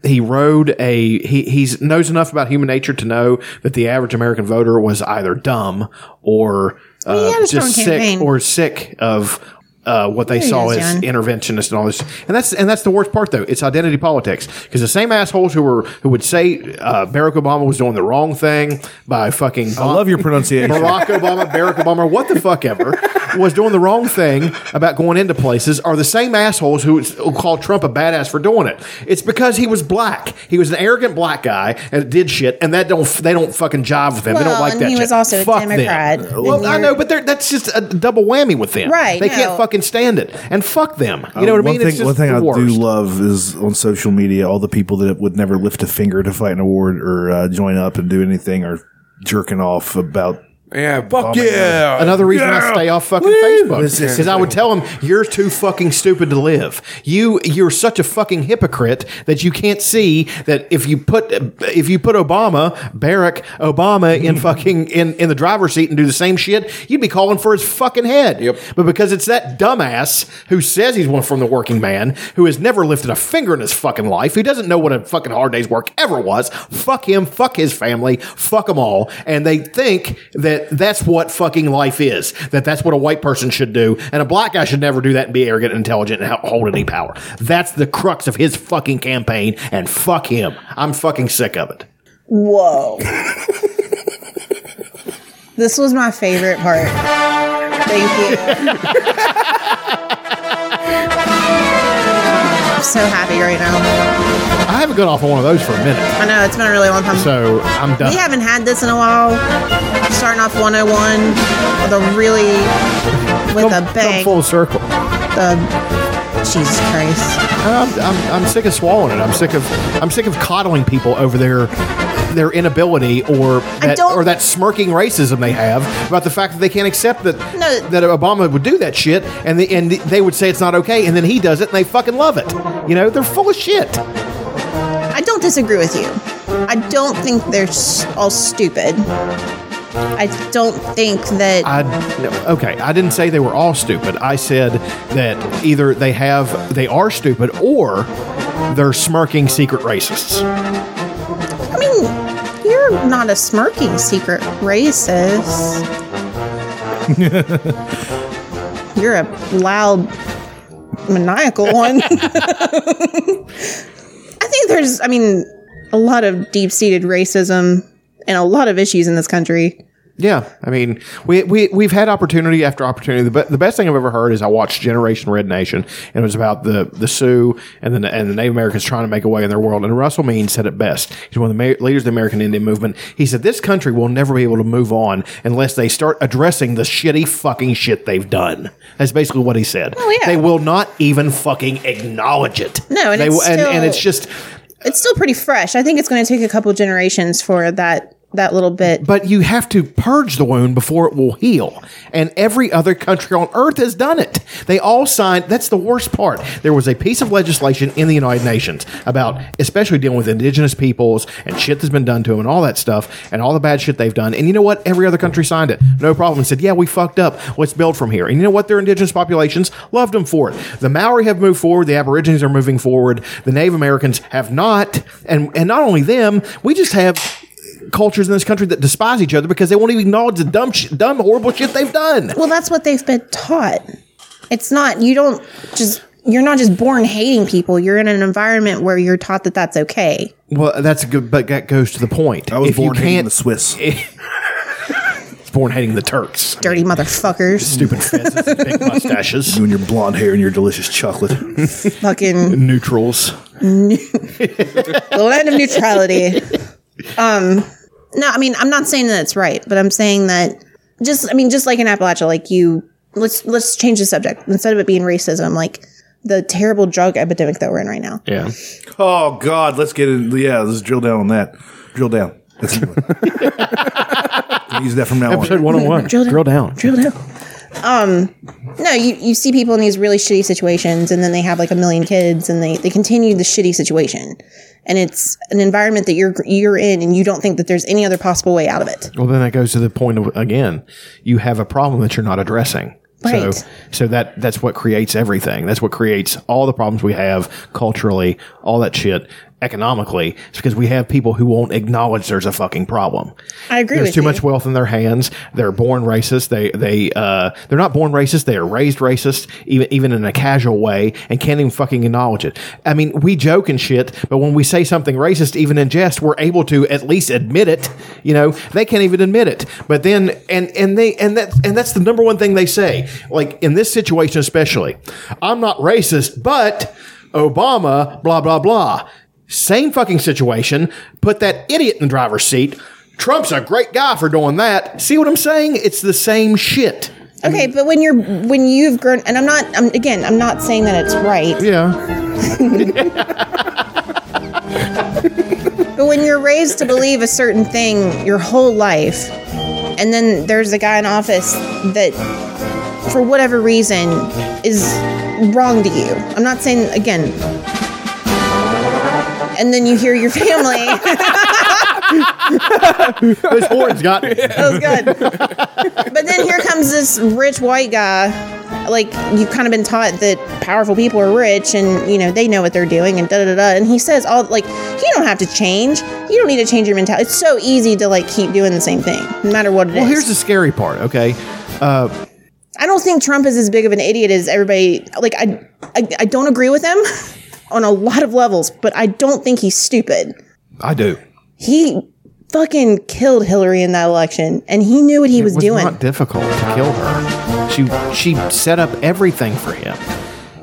He rode a he he's knows enough about human nature to know that the average American voter was either dumb or uh, had a strong just sick campaign. or sick of. Uh, what they There he saw is, as Mm-hmm. John. interventionist and all this, and that's and that's the worst part though. It's identity politics because the same assholes who were who would say uh, Barack Obama was doing the wrong thing by fucking I love your pronunciation. Barack Obama, Barack Obama, what the fuck ever, was doing the wrong thing about going into places are the same assholes who s- who call Trump a badass for doing it. It's because he was black. He was an arrogant black guy and did shit, and that don't f- they don't fucking jive with him. they Well, don't like and that. he shit. was also a Fuck them. Democrat, Well, and I you're- know, Uh, but they're- that's just a double whammy with them. Right, They no. can't fucking stand it. And fuck them. You know what I mean? Uh, One thing, it's just one thing the I do worst. love is on social media, all the people that would never lift a finger to fight an award or uh, join up and do anything are jerking off about. Yeah. Fuck my yeah. Another reason I Yeah. stay off fucking Facebook because I would tell them you're too fucking stupid to live. You you're such a fucking hypocrite that you can't see that if you put if you put Obama Barack Obama in fucking in in the driver's seat and do the same shit, you'd be calling for his fucking head. Yep. But because it's that dumbass who says he's one from the working man who has never lifted a finger in his fucking life, who doesn't know what a fucking hard day's work ever was, fuck him, fuck his family, fuck them all. And they think that that's what fucking life is, that that's what a white person should do. And a black guy should never do that and be arrogant and intelligent and ho- hold any power. That's the crux of his fucking campaign. And fuck him. I'm fucking sick of it. whoa. this was my favorite part. Thank you. I'm so happy right now. I haven't gone off on one of those for a minute. I know it's been a really long time. So I'm done. we haven't had this in a while. Starting off 101 with a really with a Come- come bang. full circle. The- Jesus Christ! I'm, I'm, I'm sick of swallowing it. I'm sick of I'm sick of coddling people over their their inability or that don't- or that smirking racism they have about the fact that they can't accept that No. that Obama would do that shit and the, and they would say it's not okay and then he does it and they fucking love it. You know they're full of shit. I don't disagree with you. I don't think they're s- all stupid. I don't think that I no, okay. I didn't say they were all stupid. I said that either they have they are stupid or they're smirking secret racists. I mean, you're not a smirking secret racist. You're a loud, maniacal one. I think there's, I mean, a lot of deep seated racism and a lot of issues in this country. Yeah, I mean, we, we we've had opportunity after opportunity. The, be- the best thing I've ever heard is I watched Generation Red Nation, and it was about the the Sioux and the and the Native Americans trying to make a way in their world. And Russell Means said it best. He's one of the ma- leaders of the American Indian movement. He said this country will never be able to move on unless they start addressing the shitty fucking shit they've done. That's basically what he said. Oh, yeah. They will not even fucking acknowledge it. No, and they, it's will- and, and still- it's just It's still pretty fresh. I think it's going to take a couple generations for that that little bit. but you have to purge the wound before it will heal. And every other country on earth has done it. They all signed. That's the worst part. There was a piece of legislation in the United Nations about, especially dealing with indigenous peoples and shit that's been done to them and all that stuff and all the bad shit they've done. And you know what? Every other country signed it. No problem. And said, yeah, we fucked up. Let's build from here. And you know what? Their indigenous populations loved them for it. The Maori have moved forward. The Aborigines are moving forward. The Native Americans have not. And, and not only them, we just have cultures in this country that despise each other because they won't even acknowledge the dumb, sh- dumb, horrible shit they've done. Well, that's what they've been taught. It's not, you don't just, you're not just born hating people. You're in an environment where you're taught that that's okay. Well, that's a good, but that goes to the point. I was born hating the Swiss. born hating the Turks. Dirty motherfuckers. Stupid fences and big mustaches. You and your blonde hair and your delicious chocolate. Fucking Neutrals. the land of neutrality. Um, no, I mean, I'm not saying that it's right, but I'm saying that just, I mean, just like in Appalachia, like you, let's, let's change the subject. Instead of it being racism, like the terrible drug epidemic that we're in right now. Yeah. Oh God, let's get in. Yeah, let's drill down on that. Drill down. That's the one. Use that from now Episode on. 101. Drill Drill down. down. Drill down. Um, no, you, you see people in these really shitty situations, and then they have like a million kids, and they, they continue the shitty situation, and it's an environment that you're you're in, and you don't think that there's any other possible way out of it. Well, then that goes to the point of, again, you have a problem that you're not addressing. Right. So, so that that's what creates everything. That's what creates all the problems we have culturally, all that shit, economically. It's because we have people who won't acknowledge there's a fucking problem. I agree There's with too you. much wealth in their hands. They're born racist. They they uh, they're not born racist. They are raised racist, even even in a casual way, and can't even fucking acknowledge it. I mean, we joke and shit, but when we say something racist, even in jest, we're able to at least admit it. You know, they can't even admit it. But then, and and they and that and that's the number one thing they say. Like in this situation, especially, I'm not racist, but Obama, blah blah blah. Same fucking situation. Put that idiot in the driver's seat. Trump's a great guy for doing that. See what I'm saying? It's the same shit. Okay, but when you're when you've grown, and I'm not, I'm again, I'm not saying that it's right. Yeah. But when you're raised to believe a certain thing your whole life, and then there's a guy in office that, for whatever reason, is wrong to you. I'm not saying, again. And then you hear your family. This horn's got that was good. But then here comes this rich white guy. Like you've kind of been taught that powerful people are rich and you know they know what they're doing and da da da. And he says all like you don't have to change. You don't need to change your mentality. It's so easy to like keep doing the same thing no matter what it is. Well, here's the scary part, okay? Uh, I don't think Trump is as big of an idiot as everybody. Like I, I, I don't agree with him on a lot of levels, but I don't think he's stupid. I do. He fucking killed Hillary in that election, and he knew what he was, It was doing. not difficult to kill her. She she set up everything for him.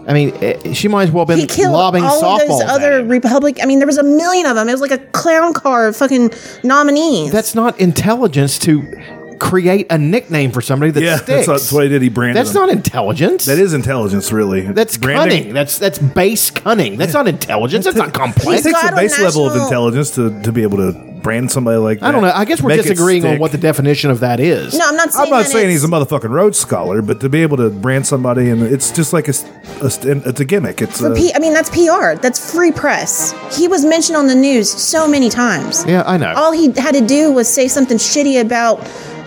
I mean, eh, she might as well have he been killed lobbing all of softballs. those at other him. Republic. I mean, there was a million of them. It was like a clown car of fucking nominees. That's not intelligence to create a nickname for somebody that Yeah, that's, sticks. that's what he did. He branded. That's them. not intelligence. That is intelligence, really. That's Branding- cunning. That's that's base cunning. That's not intelligence. That's not It complex. He's takes got a on base level of national- intelligence to, to be able to brand somebody like that. I don't know. I guess we're Make it disagreeing on stick. what the definition of that is. no, I'm not saying. I'm not that saying it's- he's a motherfucking Rhodes scholar, but to be able to brand somebody and it's just like a, s- a s- and it's a gimmick. It's a, But P- I mean, that's PR. That's free press. He was mentioned on the news so many times. Yeah, I know. All he had to do was say something shitty about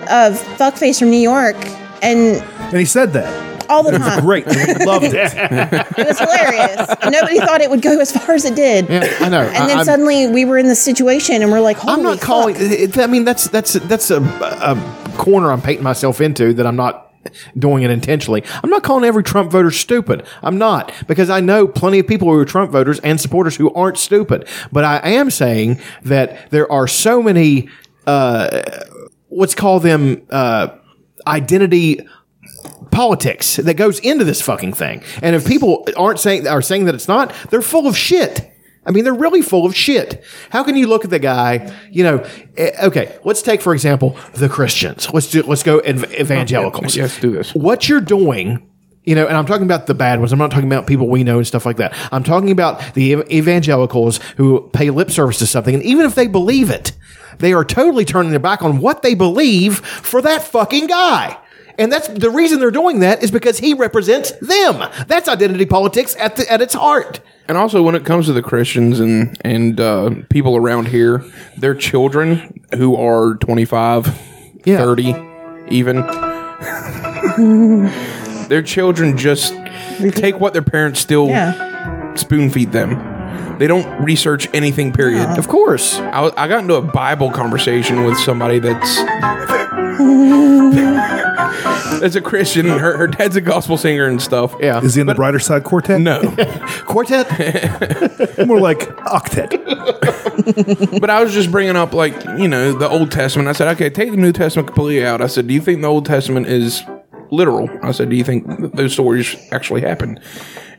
uh, fuckface from New York, and and he said that. all the time. Great, loved it. It was hilarious. Nobody thought it would go as far as it did. Yeah, I know. And then I, am suddenly we were in this situation, and we're like, "Holy I'm not calling. fuck. It, I mean, that's that's that's a, a corner I'm painting myself into that I'm not doing it intentionally. I'm not calling every Trump voter stupid. I'm not because I know plenty of people who are Trump voters and supporters who aren't stupid. But I am saying that there are so many, uh, let's call them uh, identity politics that goes into this fucking thing. And if people aren't saying are saying that it's not, they're full of shit. I mean, they're really full of shit. How can you look at the guy? You know, eh, okay. Let's take for example the Christians. Let's do. Let's go ev- evangelicals. Yes, do this. What you're doing. You know, and I'm talking about the bad ones. I'm not talking about people we know and stuff like that. I'm talking about the ev- evangelicals who pay lip service to something. And even if they believe it, they are totally turning their back on what they believe for that fucking guy. And that's the reason they're doing that is because he represents them. That's identity politics at the, at its heart. And also, when it comes to the Christians and and uh, people around here, their children who are 25, 30, even, their children just take what their parents still spoon feed them. They don't research anything, period. Of course. I, wa- I got into a Bible conversation with somebody that's that's a Christian. Her, her dad's a gospel singer and stuff. Yeah. Is he in the Brighter Side Quartet? No. Quartet. More like octet. But I was just bringing up, like, you know, the Old Testament. I said, okay, take the New Testament completely out. I said, do you think the Old Testament is literal? I said, do you think th- those stories actually happened?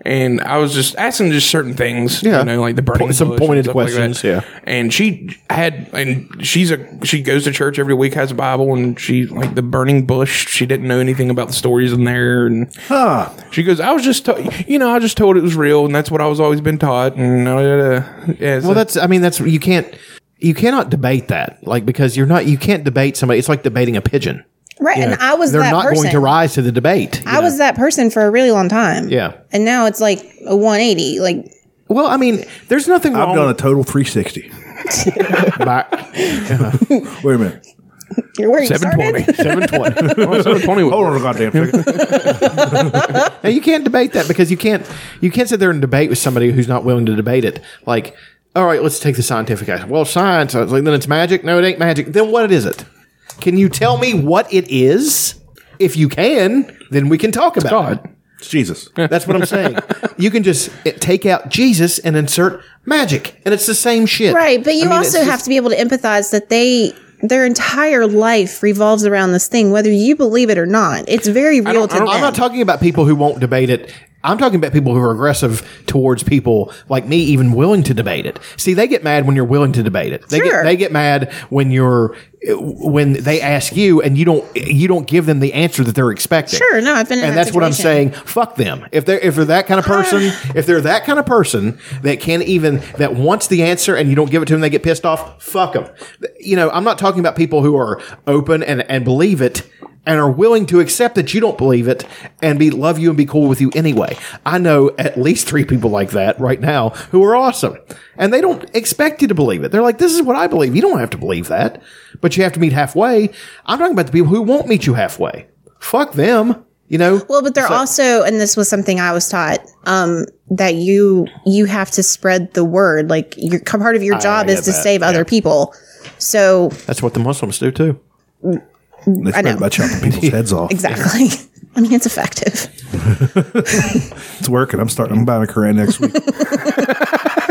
And I was just asking just certain things, Yeah. you know, like the burning Po- some bush and pointed stuff like that. questions, yeah. And she had, and she's a she goes to church every week, has a Bible, and she like the burning bush. She didn't know anything about the stories in there, and she goes, I was just, to- you know, I just told it was real, and that's what I was always been taught, and uh, yeah. well, that's I mean that's you can't you cannot debate that like because you're not you can't debate somebody. It's like debating a pigeon. Right. And I was They're that not person. going to rise to the debate. I was that person for a really long time. Yeah. And now it's like a 180. Like, Well, I mean, there's nothing I've wrong. done a total 360. Wait a minute. you're where you started. 720. 720. Oh, 720 was- Hold on a goddamn second. and you can't debate that because you can't you can't sit there and debate with somebody who's not willing to debate it. Like, all right, let's take the scientific aspect. Well, science. I was Like, then it's magic. No, it ain't magic. Then what is it? Can you tell me what it is? If you can, then we can talk about it. It's Jesus. That's what I'm saying. you can just eh, take out Jesus and insert magic, and it's the same shit. Right, but you mean, it's also have just- to be able to empathize that they their entire life revolves around this thing, whether you believe it or not. It's very real to them. I'm not talking about people who won't debate it. I'm talking about people who are aggressive towards people like me, even willing to debate it. See, they get mad when you're willing to debate it. They Sure. get they get mad when you're when they ask you and you don't you don't give them the answer that they're expecting. Sure, no, I've been in and that that's what I'm saying. situation. Fuck them. If they're if they're that kind of person, if they're that kind of person that can't even that wants the answer and you don't give it to them, they get pissed off. Fuck them. You know, I'm not talking about people who are open and and believe it and are willing to accept that you don't believe it and be love you and be cool with you anyway. I know at least three people like that right now who are awesome and they don't expect you to believe it. They're like, this is what I believe. You don't have to believe that, but you have to meet halfway. I'm talking about the people who won't meet you halfway. Fuck them. You know, Well, but they're also, and this was something I was taught, um, that you you have to spread the word. Like your part of your job is to save other people. So That's what the Muslims do too. They I know. spend about chopping people's heads off. exactly, I mean it's effective. It's working. I'm starting. I'm buying a Quran next week.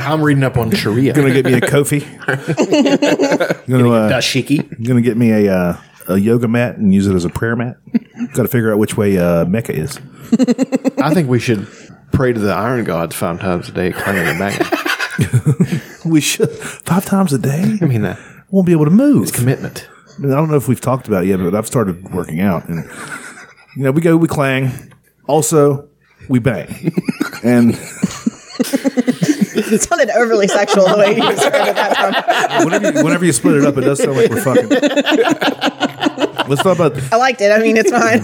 I'm reading up on Sharia. Gonna get me a Kofi. gonna, uh, Dashiki. gonna get me a uh, a yoga mat and use it as a prayer mat. Got to figure out which way uh, Mecca is. I think we should pray to the iron gods five times a day, claiming the magnet. We should five times a day. I mean that Won't be able to move. commitment. I mean, I don't know if we've talked about it yet, but I've started working out, and you know, we go, we clang. Also, we bang, and It sounded overly sexual the way you described that. From. whenever you, whenever you split it up, it does sound like we're fucking. Let's talk about I liked it. I mean, it's fine.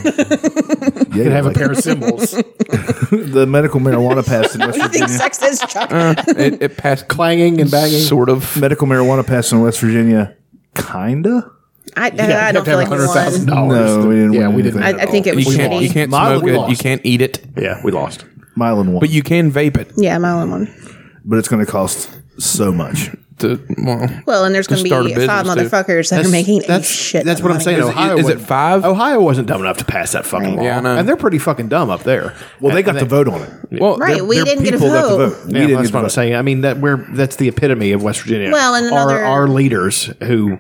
yeah, Have a like pair of symbols the medical marijuana passed in West you think Virginia. sex is Chuck? Uh, it, it passed clanging and banging. sort of. medical marijuana passed in West Virginia. Kinda. I, I don't feel like we won. dollars. No, we didn't Yeah, win we didn't. anything. I, I think it was You can't, shitty. you can't Mildly smoke it. You lost. can't eat it. Yeah, we lost. Milan won, But you can vape it. Yeah, my own one. but it's going to cost so much. to well. Well, and there's to going to start a be five business, too. motherfuckers that are making a shit. That's ton what of I'm money. saying. Ohio is it wasn't- five? Ohio wasn't dumb enough to pass that fucking law. Yeah, I know. And they're pretty fucking dumb up there. Well, they got to the vote on it. Well, Right, we didn't get a vote. We Yeah, didn't get to that's what I'm vote. saying. I mean that we're that's the epitome of West Virginia. Well, and another- our, our leaders who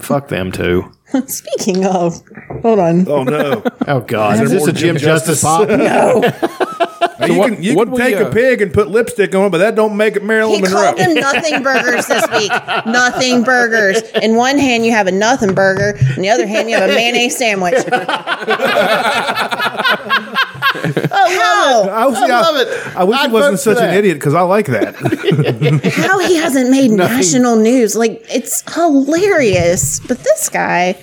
fuck them too. Speaking of, hold on. Oh no! Oh God, there is this more a Jim Jim Justice? Justice pop? Now, you what- can, you what can we, take uh, a pig and put lipstick on, it, but that don't make it Marilyn He Monroe. called them nothing burgers this week. Nothing burgers. In one hand you have a nothing burger, in the other hand you have a mayonnaise sandwich. Oh, how I, was, I love it. I wish he wasn't such an idiot because I like that. how he hasn't made national news? Like it's hilarious. But this guy,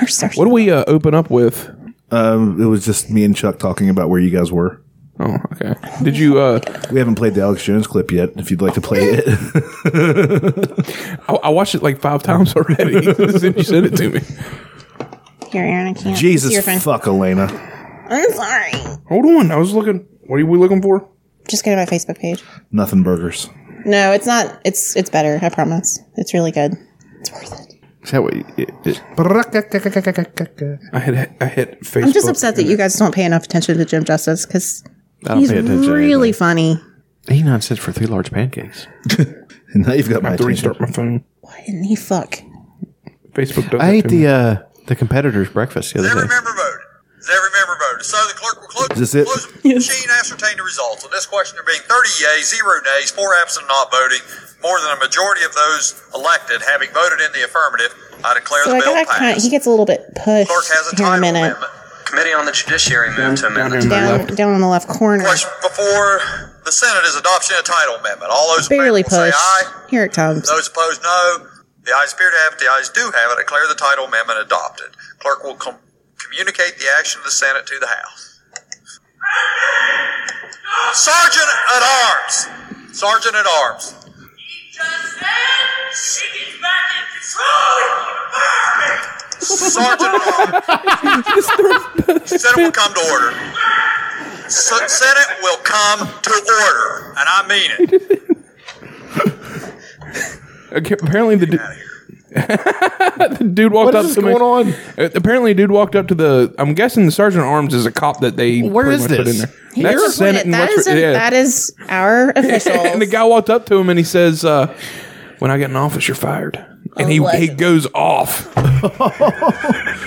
our star. What do we uh, open up with? um, it was just me and Chuck talking about where you guys were. Oh, okay. Did you? Uh, We haven't played the Alex Jones clip yet. If you'd like to play it, I, I watched it like five times already. Since you sent it to me. Here, Aaron, I can't. Jesus Your phone. fuck Elena, I'm sorry. Hold on, I was looking. What are we looking for? Just go to my Facebook page. nothing burgers. No, it's not. It's it's better. I promise. It's really good. It's worth it. Is that what you- it- it- I hit. I hit Facebook. I'm just upset that you guys don't pay enough attention to Jim Justice because I don't he's pay attention. to really anything. funny. eighty nine cents for three large pancakes. And now you've got my I have to attention. restart my phone. Why didn't he fuck? Facebook. Does I that ate to me. the uh, the competitor's breakfast the other day. member voted. Has every member voted? So the clerk will close, Is this it? close the machine and ascertain the results. On this question, there being 30 yeas, 0 nays, 4 absent not voting, more than a majority of those elected having voted in the affirmative, I declare So the I bill got kind passed. he gets a little bit pushed clerk has a here in a title minute. amendment. Committee on the Judiciary moved to amendment. Down, down in the left corner. Question before the Senate is adoption of title amendment. All those in favor Barely will say pushed. aye. Here it comes. Those opposed, no. The ayes appear to have it. The ayes do have it. I Declare the title amendment adopted. Clerk will com- communicate the action of the Senate to the House. Sergeant at Arms. Sergeant at Arms. Sergeant at Arms. Senate will come to order. Se- Senate will come to order, and I mean it. Okay, apparently the, du- the dude walked up to me. on? Uh, Apparently, dude walked up to the. I'm guessing the sergeant at arms is a cop that they. Where pretty is much put this? in there. He That's just Senate went- in that, West is Vir- yeah. that is our official. and the guy walked up to him and he says, uh, "When I get in office, you're fired." And he, he Allegedly. goes off.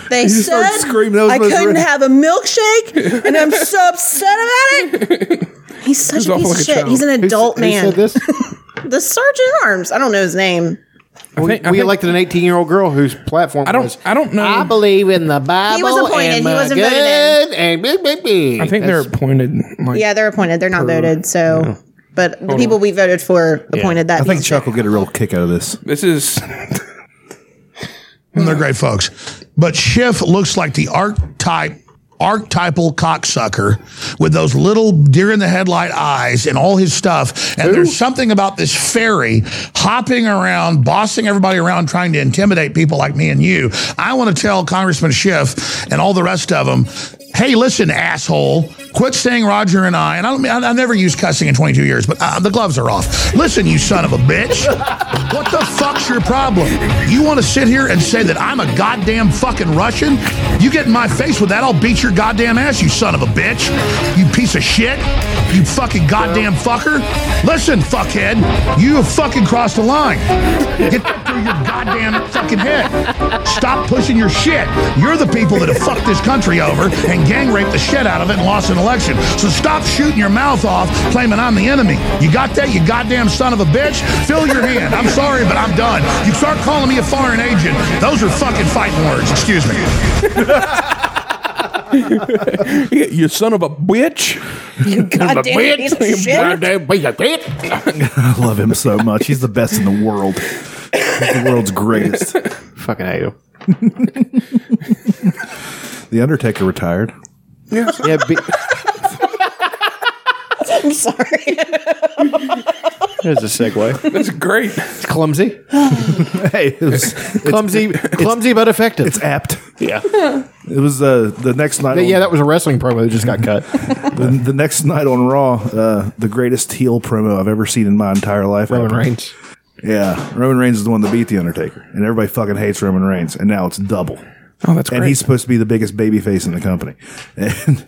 they said started screaming, that was I supposed to couldn't be- have a milkshake, and I'm so upset about it. He's such a piece awful of like a shit. child. He's an adult man. said this? The sergeant at arms. I don't know his name. I think- I we think- elected an 18 year old girl whose platform I don't- was, I don't know. I believe in the Bible. appointed. And He my wasn't God, voted in. And blah, blah, blah. I think they're appointed. Like, Yeah, they're appointed. They're not voted. So, but the people we voted for appointed that. I think piece of Chuck will get a real kick out of this. This is They're great folks. But Schiff looks like the archetype, archetypal cocksucker with those little deer in the headlight eyes and all his stuff. And there's something about this fairy hopping around, bossing everybody around, trying to intimidate people like me and you. I want to tell Congressman Schiff and all the rest of them. Hey, listen, asshole! Quit saying Roger and I. And I don't. mean- I, I never used cussing in 22 years, but uh, the gloves are off. Listen, you son of a bitch! What the fuck's your problem? You want to sit here and say that I'm a goddamn fucking Russian? You get in my face with that, I'll beat your goddamn ass, you son of a bitch! You piece of shit! You fucking goddamn fucker! Listen, fuckhead, you have fucking crossed the line. Get that through your goddamn fucking head. Stop pushing your shit. You're the people that have fucked this country over and gang raped the shit out of it and lost an election. So stop shooting your mouth off claiming I'm the enemy. You got that, you goddamn son of a bitch? Fill your hand. I'm sorry, but I'm done. You start calling me a foreign agent. Those are fucking fighting words. Excuse me. you son of a bitch. goddamn piece of shit. I love him so much. He's the best in the world. He's the world's greatest. fucking hate him. The Undertaker retired. Yeah, be, I'm sorry. there's a segue. That's great. It's clumsy, Hey, it was, it's, clumsy, clumsy, but effective. it's apt. yeah, It was uh, the next night. yeah. on- That was a wrestling promo that just got cut. the, the next night on Raw, uh, the greatest heel promo I've ever seen in my entire life. Roman happened. Reigns. Yeah, Roman Reigns is the one that beat the Undertaker, and everybody fucking hates Roman Reigns, and now it's double. Oh, that's and he's supposed to be the biggest babyface in the company, and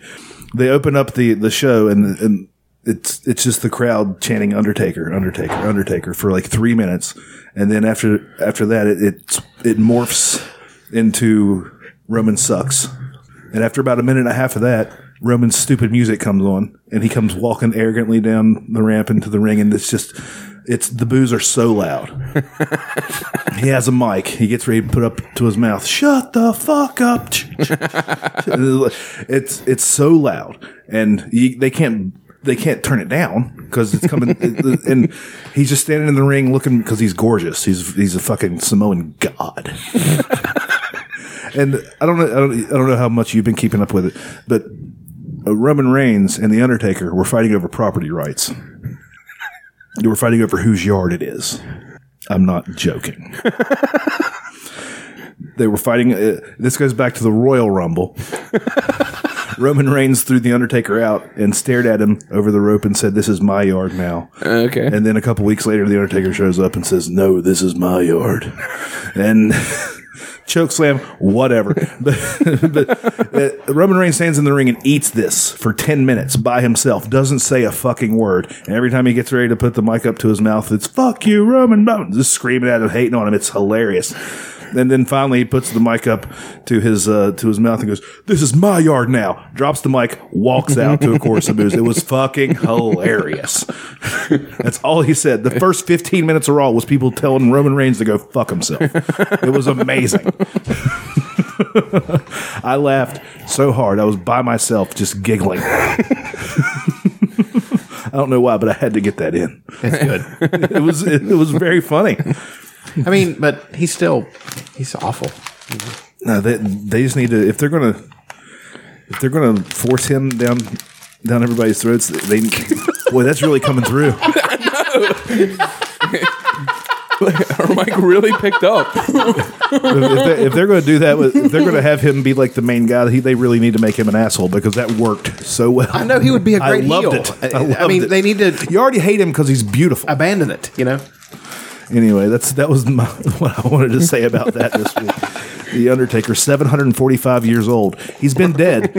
they open up the the show, and and it's it's just the crowd chanting Undertaker, Undertaker, Undertaker for like three minutes, and then after after that, it it, it morphs into Roman sucks, and after about a minute and a half of that. Roman's stupid music comes on, and he comes walking arrogantly down the ramp into the ring, and it's just, it's the boos are so loud. he has a mic. He gets ready to put up to his mouth. Shut the fuck up! it's it's so loud, and you, they can't they can't turn it down because it's coming. and he's just standing in the ring looking because he's gorgeous. He's he's a fucking Samoan god. and I don't know I don't, I don't know how much you've been keeping up with it, but uh, Roman Reigns and the Undertaker were fighting over property rights. They were fighting over whose yard it is. I'm not joking. they were fighting. Uh, this goes back to the Royal Rumble. Roman Reigns threw the Undertaker out and stared at him over the rope and said, "This is my yard now." Okay. And then a couple weeks later, the Undertaker shows up and says, "No, this is my yard," and choke slam, whatever. but but, uh, Roman Reigns stands in the ring and eats this for ten minutes by himself. Doesn't say a fucking word. And every time he gets ready to put the mic up to his mouth, it's "fuck you, Roman," Roman," just screaming at him, hating on him. It's hilarious. And then finally, he puts the mic up to his uh, to his mouth and goes, "This is my yard now." Drops the mic, walks out to a chorus of boos. It was fucking hilarious. That's all he said. The first fifteen minutes of Raw was people telling Roman Reigns to go fuck himself. It was amazing. I laughed so hard. I was by myself, just giggling. I don't know why, but I had to get that in. That's good. it was it, it was very funny. I mean, but he's still he's awful. No, they they just need to if they're gonna if they're gonna force him down down everybody's throats. They boy, that's really coming through. Our mic really picked up. if, they, are going to do that, with, if they're going to have him be like the main guy, he, they really need to make him an asshole because that worked so well. I know he would be a great I loved heel. it. I- I loved mean, it. they need to- You already hate him because he's beautiful. Abandon it. You know. Anyway, that's that was my, what I wanted to say about that this week. The Undertaker, seven hundred and forty-five years old. He's been dead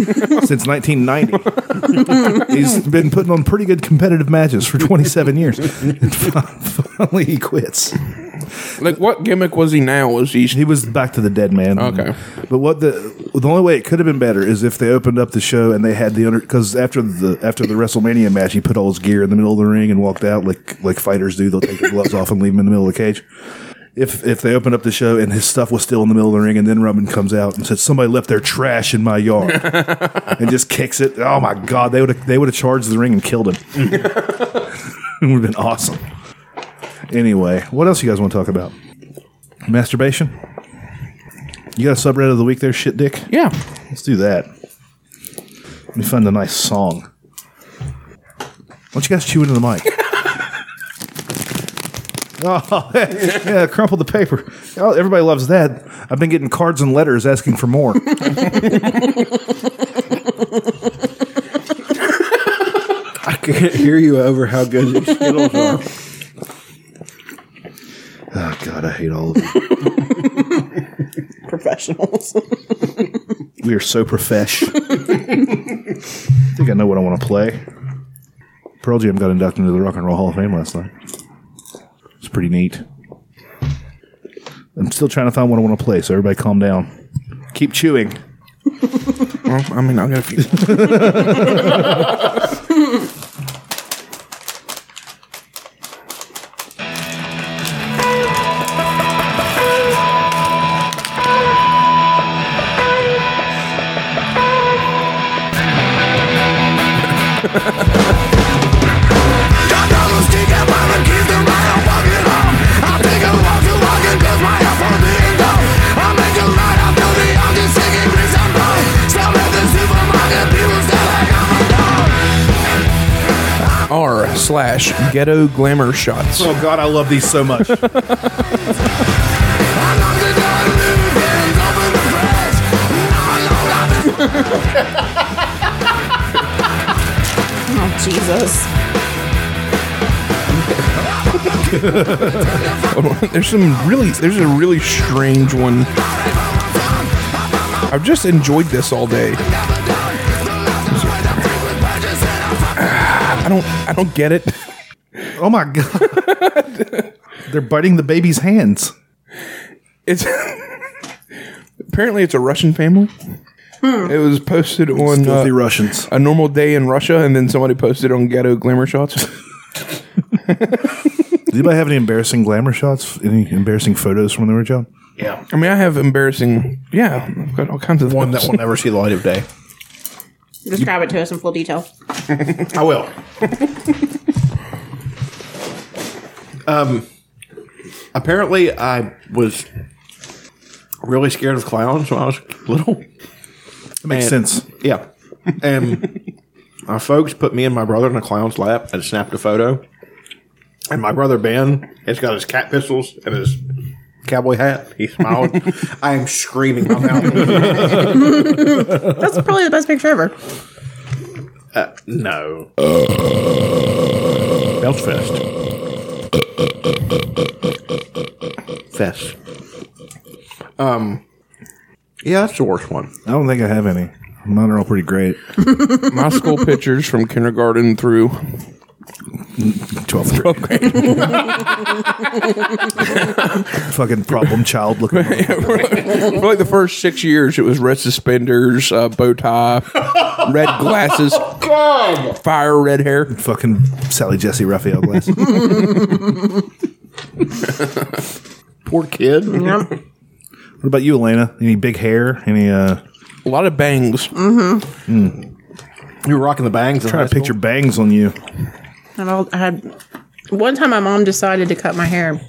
since nineteen ninety. He's been putting on pretty good competitive matches for twenty-seven years. And finally, he quits. Like, what gimmick was he now? Was he? He was back to the dead man. Okay. But what the the only way it could have been better is if they opened up the show and they had the under because after the after the WrestleMania match, he put all his gear in the middle of the ring and walked out like like fighters do. They'll take their gloves off and leave him in the middle of the cage. If if they opened up the show and his stuff was still in the middle of the ring, and then Roman comes out and says, "Somebody left their trash in my yard," and just kicks it. Oh my god, they would have they would have charged the ring and killed him. it would have been awesome. Anyway, what else you guys want to talk about? Masturbation. You got a subreddit of the week there, shit dick? Yeah. Let's do that. Let me find a nice song. Why don't you guys chew into the mic? oh, yeah, crumple the paper. Oh, everybody loves that. I've been getting cards and letters asking for more. I can't hear you over how good your Skittles are. Oh God, I hate all of you. Professionals. We are so profesh. I think I know what I want to play. Pearl Jam got inducted into the Rock and Roll Hall of Fame last night. It's pretty neat. I'm still trying to find what I want to play, so everybody calm down. Keep chewing. well, I mean, I've got a few. R slash ghetto glamour shots. Oh God, I love these so much. oh Jesus. there's some really there's a really strange one. I've just enjoyed this all day. I don't I don't get it. Oh my god. They're biting the baby's hands. It's apparently it's a Russian family. Hmm. It was posted on uh, filthy Russians. A normal day in Russia, and then somebody posted on Ghetto Glamour Shots. Did anybody have any embarrassing glamour shots? Any embarrassing photos from when they were a child? Yeah, I mean, I have embarrassing. Yeah, I've got all kinds of One those. that will never see the light of day. Describe it to us in full detail. I will. um, apparently, I was really scared of clowns when I was little. makes And- sense. Yeah. And my folks put me and my brother in a clown's lap and snapped a photo. And my brother Ben has got his cat pistols and his cowboy hat. He smiled. I am screaming my mouth. That's probably the best picture ever. Uh, no. Belchfest. Fest. Um, yeah, that's the worst one. I don't think I have any. Mine are all pretty great. My school pictures from kindergarten through 12th grade. Fucking problem child looking. For like the first six years, it was red suspenders, uh, bow tie, red glasses, fire red hair. Fucking Sally Jesse Raphael glass. Poor kid. What about you, Elena? Any big hair? Any uh A lot of bangs. Mm-hmm. Mm. You were rocking the bangs. Trying to picture bangs on you. I've all, I had one time my mom decided to cut my hair,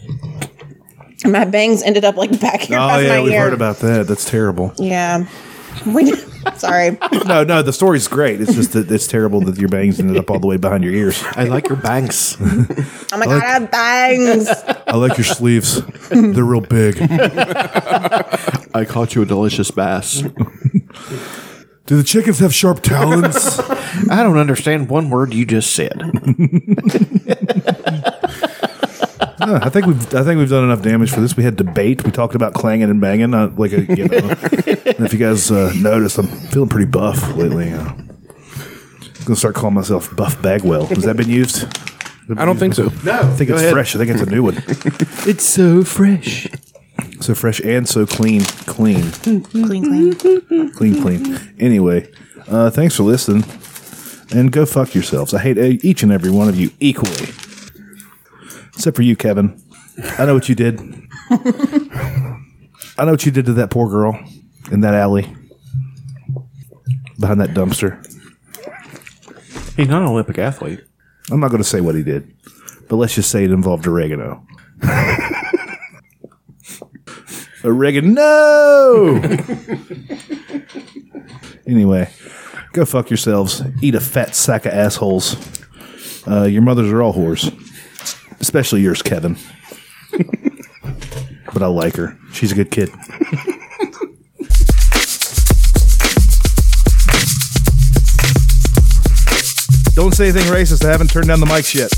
and my bangs ended up like back here Oh past yeah, my we've ear. heard about that. That's terrible. yeah. We, sorry. no, no, the story's great. It's just that it's terrible that your bangs ended up all the way behind your ears. I like your bangs. Oh my god, I have bangs. I like your sleeves. They're real big. I caught you a delicious bass. Do the chickens have sharp talons? I don't understand one word you just said. Yeah, I think we've I think we've done enough damage for this. We had debate. We talked about clanging and banging. Uh, like a, you know, and if you guys uh, noticed, I'm feeling pretty buff lately. Uh, I'm gonna start calling myself Buff Bagwell. Has that been used? I don't think so. No, I think go it's ahead. fresh. I think it's a new one. It's so fresh. So fresh and so clean, clean, clean, clean. clean, clean. Anyway, uh, thanks for listening, and go fuck yourselves. I hate uh, each and every one of you equally, except for you, Kevin. I know what you did. I know what you did to that poor girl in that alley behind that dumpster. He's not an Olympic athlete. I'm not going to say what he did, but let's just say it involved oregano. oregano! anyway, go fuck yourselves. Eat a fat sack of assholes. Uh, your mothers are all whores, especially yours, Kevin. but I like her. She's a good kid. Don't say anything racist. I haven't turned down the mics yet.